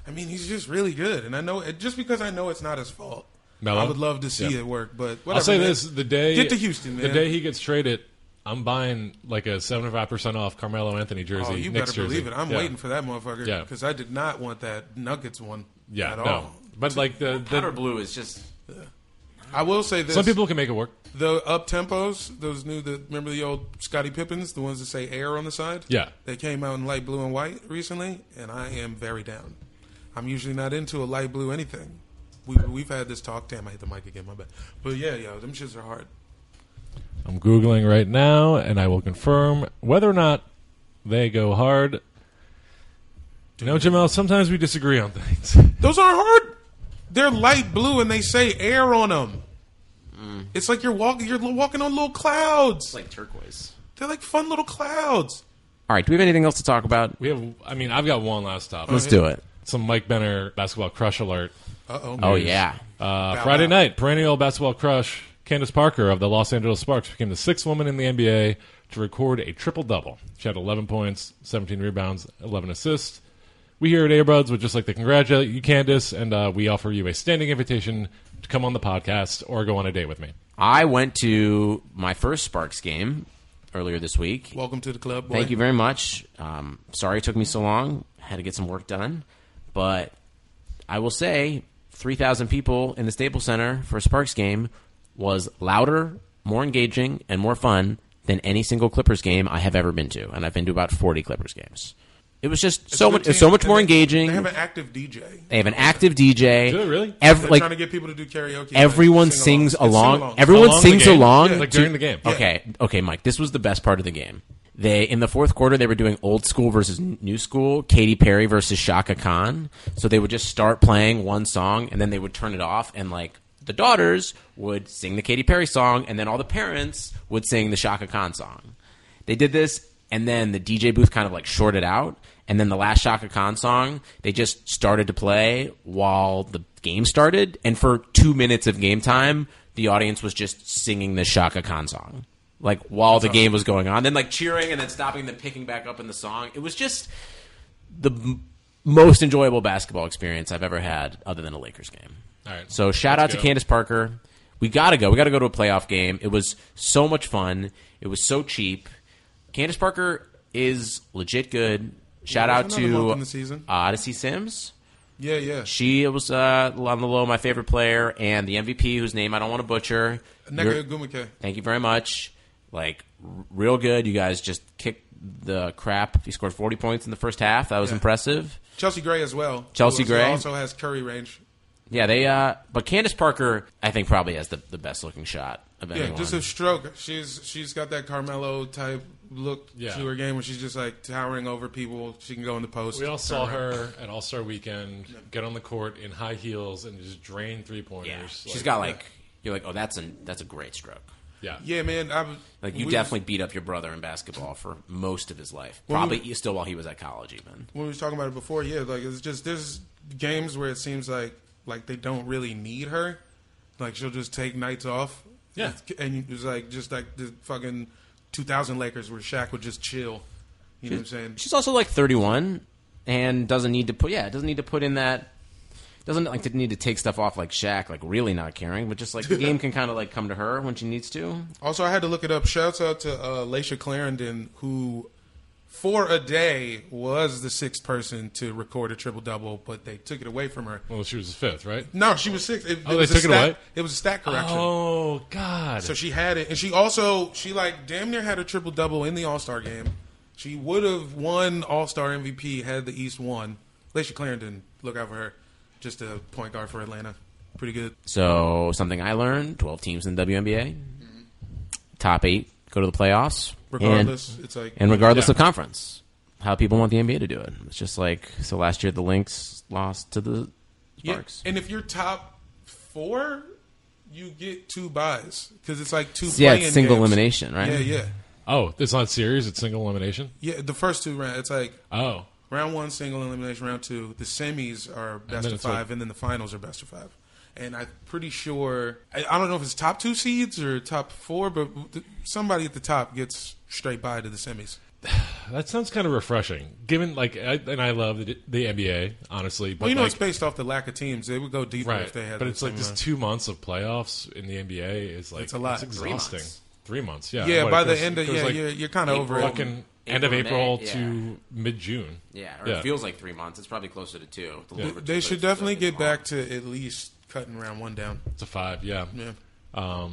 Speaker 2: I mean he's just really good, and I know it just because I know it's not his fault.
Speaker 3: Melo?
Speaker 2: I would love to see
Speaker 3: Yeah.
Speaker 2: it work, but whatever,
Speaker 3: I'll say
Speaker 2: man.
Speaker 3: this: the day
Speaker 2: Get to Houston,
Speaker 3: the
Speaker 2: man.
Speaker 3: day he gets traded, I'm buying like a 75 percent off Carmelo Anthony jersey.
Speaker 2: Oh, you
Speaker 3: Knicks
Speaker 2: better believe
Speaker 3: jersey.
Speaker 2: it. I'm
Speaker 3: Yeah.
Speaker 2: waiting for that motherfucker
Speaker 3: Yeah.
Speaker 2: because I did not want that Nuggets one.
Speaker 3: Yeah,
Speaker 2: at
Speaker 3: no,
Speaker 2: all.
Speaker 3: but like the,
Speaker 1: Powder
Speaker 3: the
Speaker 1: blue is just
Speaker 2: I will say this:
Speaker 3: some people can make it work.
Speaker 2: the up tempos, those new, the remember the old Scotty Pippins, the ones that say air on the side.
Speaker 3: Yeah.
Speaker 2: they came out in light blue and white recently, and I am very down. I'm usually not into a light blue anything. We, we've had this talk. Damn, I hit the mic again. My bad. But yeah, yo, them shits are hard.
Speaker 3: I'm googling right now, and I will confirm whether or not they go hard. You know, Jamel, sometimes we disagree on things. [LAUGHS]
Speaker 2: Those aren't hard. They're light blue, and they say air on them. It's like you're walking. You're walking on little clouds.
Speaker 1: like turquoise.
Speaker 2: They're like fun little clouds.
Speaker 1: All right. Do we have anything else to talk about?
Speaker 3: We have, I mean, I've got one last topic.
Speaker 1: Let's do it.
Speaker 3: Some Mike Benner basketball crush alert.
Speaker 2: Uh oh.
Speaker 1: Oh yeah.
Speaker 3: Uh, Friday
Speaker 2: wow.
Speaker 3: night, perennial basketball crush. Candace Parker of the Los Angeles Sparks became the sixth woman in the NBA to record a triple double. She had 11 points, 17 rebounds, 11 assists. We here at A Buds would just like to congratulate you, Candace, and uh, we offer you a standing invitation to come on the podcast or go on a date with me.
Speaker 1: I went to my first Sparks game earlier this week.
Speaker 2: Welcome to the club. Boy.
Speaker 1: Thank you very much. Um, sorry it took me so long. Had to get some work done, but I will say, three thousand people in the Staples Center for a Sparks game was louder, more engaging, and more fun than any single Clippers game I have ever been to, and I've been to about forty Clippers games. It was just so
Speaker 2: a good
Speaker 1: much, it's
Speaker 2: team.
Speaker 1: so much
Speaker 2: And
Speaker 1: more
Speaker 2: they-
Speaker 1: engaging.
Speaker 2: They have an active DJ.
Speaker 1: an active DJ.
Speaker 3: Do they really?
Speaker 1: Ev-
Speaker 2: They're
Speaker 1: like
Speaker 2: trying to get people to do karaoke.
Speaker 1: everyone
Speaker 2: and
Speaker 1: sings
Speaker 2: It's
Speaker 1: along.
Speaker 2: sing-alongs.
Speaker 1: Everyone
Speaker 3: Along the
Speaker 1: sings
Speaker 3: game.
Speaker 1: along
Speaker 3: Yeah, like during the game. Yeah.
Speaker 1: Okay, okay, Mike. This was the best part of the game. They in the fourth quarter they were doing old school versus n- new school, Katy Perry versus Shaka Khan. So they would just start playing one song and then they would turn it off and like the daughters would sing the Katy Perry song and then all the parents would sing the Shaka Khan song. They did this and then the DJ booth kind of like shorted out and then the last Shaka Khan song they just started to play while the game started and for 2 minutes of game time the audience was just singing the Shaka Khan song like while the game was going on, then like cheering and then stopping, then picking back up in the song. It was just the m- most enjoyable basketball experience I've ever had, other than a Lakers game.
Speaker 3: All right.
Speaker 1: So shout out to
Speaker 3: go.
Speaker 1: Candace Parker. We gotta go. We gotta go to a playoff game. It was so much fun. It was so cheap. Candace Parker is legit good. Shout
Speaker 2: there's
Speaker 1: out
Speaker 2: another month
Speaker 1: to uh,
Speaker 2: in the season.
Speaker 1: Odyssey Sims.
Speaker 2: Yeah, yeah.
Speaker 1: She was uh, on the low my favorite player, and the MVP whose name I don't want to butcher. You're-
Speaker 2: Nega Gumike.
Speaker 1: thank you very much. Like, r- real good. You guys just kicked the crap. You scored 40 points in the first half. That was
Speaker 2: Yeah.
Speaker 1: impressive.
Speaker 2: Chelsea Gray as well.
Speaker 1: Chelsea
Speaker 2: who
Speaker 1: Gray.
Speaker 2: also has curry range.
Speaker 1: Yeah, they, uh, but Candace Parker, I think, probably has the, the best looking shot of
Speaker 2: Yeah,
Speaker 1: anyone.
Speaker 2: just a stroke. She's she's got that Carmelo type look
Speaker 3: Yeah.
Speaker 2: to her game where she's just like towering over people. She can go in the post.
Speaker 3: We all
Speaker 2: turn
Speaker 3: saw
Speaker 2: around.
Speaker 3: her at All Star Weekend get on the court in high heels and just drain three pointers.
Speaker 1: yeah. She's got like, you're like, oh, that's a, that's a great stroke.
Speaker 3: yeah.
Speaker 2: Yeah, man. I, was-
Speaker 1: Like, you
Speaker 2: we-
Speaker 1: definitely beat up your brother in basketball for most of his life. Probably still while he was at college, even.
Speaker 2: when we was talking about it before, yeah, like it's just there's games where it seems like like they don't really need her. Like she'll just take nights off.
Speaker 3: Yeah.
Speaker 2: and it's like just like the fucking 2000 Lakers where Shaq would just chill. You know what I'm saying?
Speaker 1: She's also like 31 and doesn't need to put yeah, doesn't need to put in that doesn't like to need to take stuff off like Shaq, like really not caring, but just like the game can kind of like come to her when she needs to.
Speaker 2: Also, I had to look it up. Shouts out to uh, Laisha Clarendon, who for a day was the sixth person to record a triple double, but they took it away from her.
Speaker 3: Well, she was fifth, right?
Speaker 2: No, she was sixth. It,
Speaker 3: Oh,
Speaker 2: was
Speaker 3: they
Speaker 2: a
Speaker 3: took it
Speaker 2: stat,
Speaker 3: away?
Speaker 2: It was a stat correction.
Speaker 3: Oh God!
Speaker 2: So she had it, and she also she like damn near had a triple double in the All Star game. She would have won All Star MVP had the East won. Laisha Clarendon, look out for her. Just a point guard for Atlanta. Pretty good.
Speaker 1: So, something I learned, 12 teams in the WNBA. Top 8 go to the playoffs. and-
Speaker 2: Regardless, it's like
Speaker 1: and regardless
Speaker 3: Yeah.
Speaker 1: of conference, how people want the NBA to do it. It's just like so. Last year, the Lynx lost to the Sparks.
Speaker 2: And if you're top four, you get two buys because it's like two.
Speaker 1: Yeah, it's
Speaker 2: play-in
Speaker 1: single
Speaker 2: games.
Speaker 1: elimination, right?
Speaker 2: Yeah, yeah,
Speaker 3: oh, it's not series; it's single elimination.
Speaker 2: yeah. The first two rounds, it's like
Speaker 3: Oh,
Speaker 2: round one single elimination, round two. The semis are best
Speaker 3: then
Speaker 2: of
Speaker 3: it's like-
Speaker 2: five, and then the finals are best of five. And I'm pretty sure I, I don't know if it's top two seeds or top four, but th- somebody at the top gets straight by to the semis.
Speaker 3: that sounds kind of refreshing. Given like, I, and I love the, the NBA, honestly. But
Speaker 2: Well, you know,
Speaker 3: like,
Speaker 2: it's based off the lack of teams. They would go deeper
Speaker 3: right?
Speaker 2: if they had.
Speaker 3: but
Speaker 2: the
Speaker 3: it's like
Speaker 2: same
Speaker 3: just
Speaker 2: round.
Speaker 3: two months of playoffs in the NBA is like
Speaker 2: It's a lot.
Speaker 3: It's
Speaker 2: Three
Speaker 3: exhausting.
Speaker 1: months.
Speaker 3: Three months, yeah.
Speaker 2: yeah.
Speaker 3: What,
Speaker 2: by
Speaker 3: it
Speaker 2: the
Speaker 3: goes-
Speaker 2: end of
Speaker 3: it goes,
Speaker 2: yeah,
Speaker 3: like,
Speaker 2: you're, you're kind of over it.
Speaker 3: fucking end of
Speaker 1: April,
Speaker 3: April
Speaker 1: May,
Speaker 3: to mid June.
Speaker 1: yeah, or it feels like three months. It's probably closer to two. It's a little over two,
Speaker 2: They
Speaker 1: but
Speaker 2: should
Speaker 1: it's still-
Speaker 2: definitely
Speaker 1: it's
Speaker 2: get
Speaker 1: long.
Speaker 2: back to at least cutting round one down.
Speaker 3: to five. Yeah.
Speaker 2: Yeah.
Speaker 3: Um, all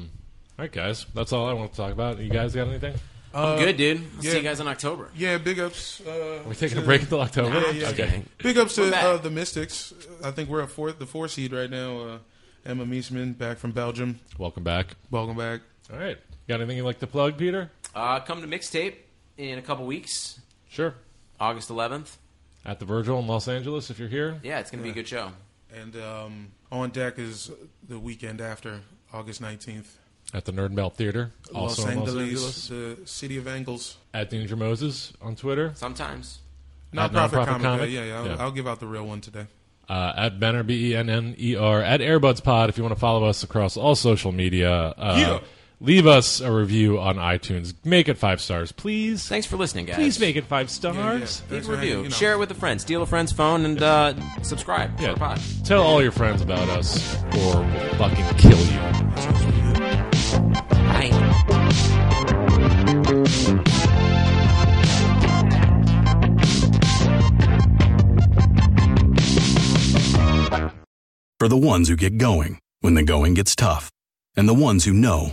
Speaker 3: right, guys. That's all I want to talk about. You guys got anything?
Speaker 1: I'm good, dude. I'll
Speaker 2: yeah.
Speaker 1: See you guys in October.
Speaker 2: Uh, Yeah, big ups. Uh,
Speaker 3: We're taking a break until October.
Speaker 2: Yeah, yeah.
Speaker 3: Okay.
Speaker 2: Big ups
Speaker 1: We're
Speaker 2: to
Speaker 1: back.
Speaker 2: uh, the Mystics. I think we're at four, the four seed right now. Uh, Emma Meesman back from Belgium.
Speaker 3: Welcome back.
Speaker 2: Welcome back.
Speaker 3: All right. Got anything you'd like to plug, Peter?
Speaker 1: Uh, come to mixtape in a couple weeks,
Speaker 3: Sure.
Speaker 1: August 11th.
Speaker 3: At the Virgil in Los Angeles, if you're here.
Speaker 1: Yeah, it's gonna be a good show.
Speaker 2: And um, on deck is the weekend after August nineteenth.
Speaker 3: At the Nerd Melt Theater, also
Speaker 2: Los
Speaker 3: in Los
Speaker 2: Angeles,
Speaker 3: Angeles.
Speaker 2: the city of angles.
Speaker 3: At Danger Moses on Twitter.
Speaker 1: Sometimes.
Speaker 3: At
Speaker 2: Nonprofit
Speaker 3: Nonprofit
Speaker 2: comic.
Speaker 3: Comic.
Speaker 2: Day. Yeah, yeah. I'll,
Speaker 3: Yeah.
Speaker 2: I'll give out the real one today.
Speaker 3: Uh, at Benner, B E N N E R. At Airbuds Pod, if you want to follow us across all social media. Uh,
Speaker 2: Yeah.
Speaker 3: Leave us a review on iTunes. Make it five stars, please.
Speaker 1: Thanks for listening, guys.
Speaker 3: Please make it five
Speaker 2: Yeah, yeah.
Speaker 3: stars.
Speaker 2: Thanks for
Speaker 1: review.
Speaker 2: hanging, you know.
Speaker 1: Share it with a friend. Steal a friend's phone and uh, subscribe to
Speaker 3: Yeah.
Speaker 1: our pod.
Speaker 3: Tell all your friends about us, or we'll fucking kill you.
Speaker 2: [LAUGHS]
Speaker 1: Bye.
Speaker 5: For the ones who get going when the going gets tough, and the ones who know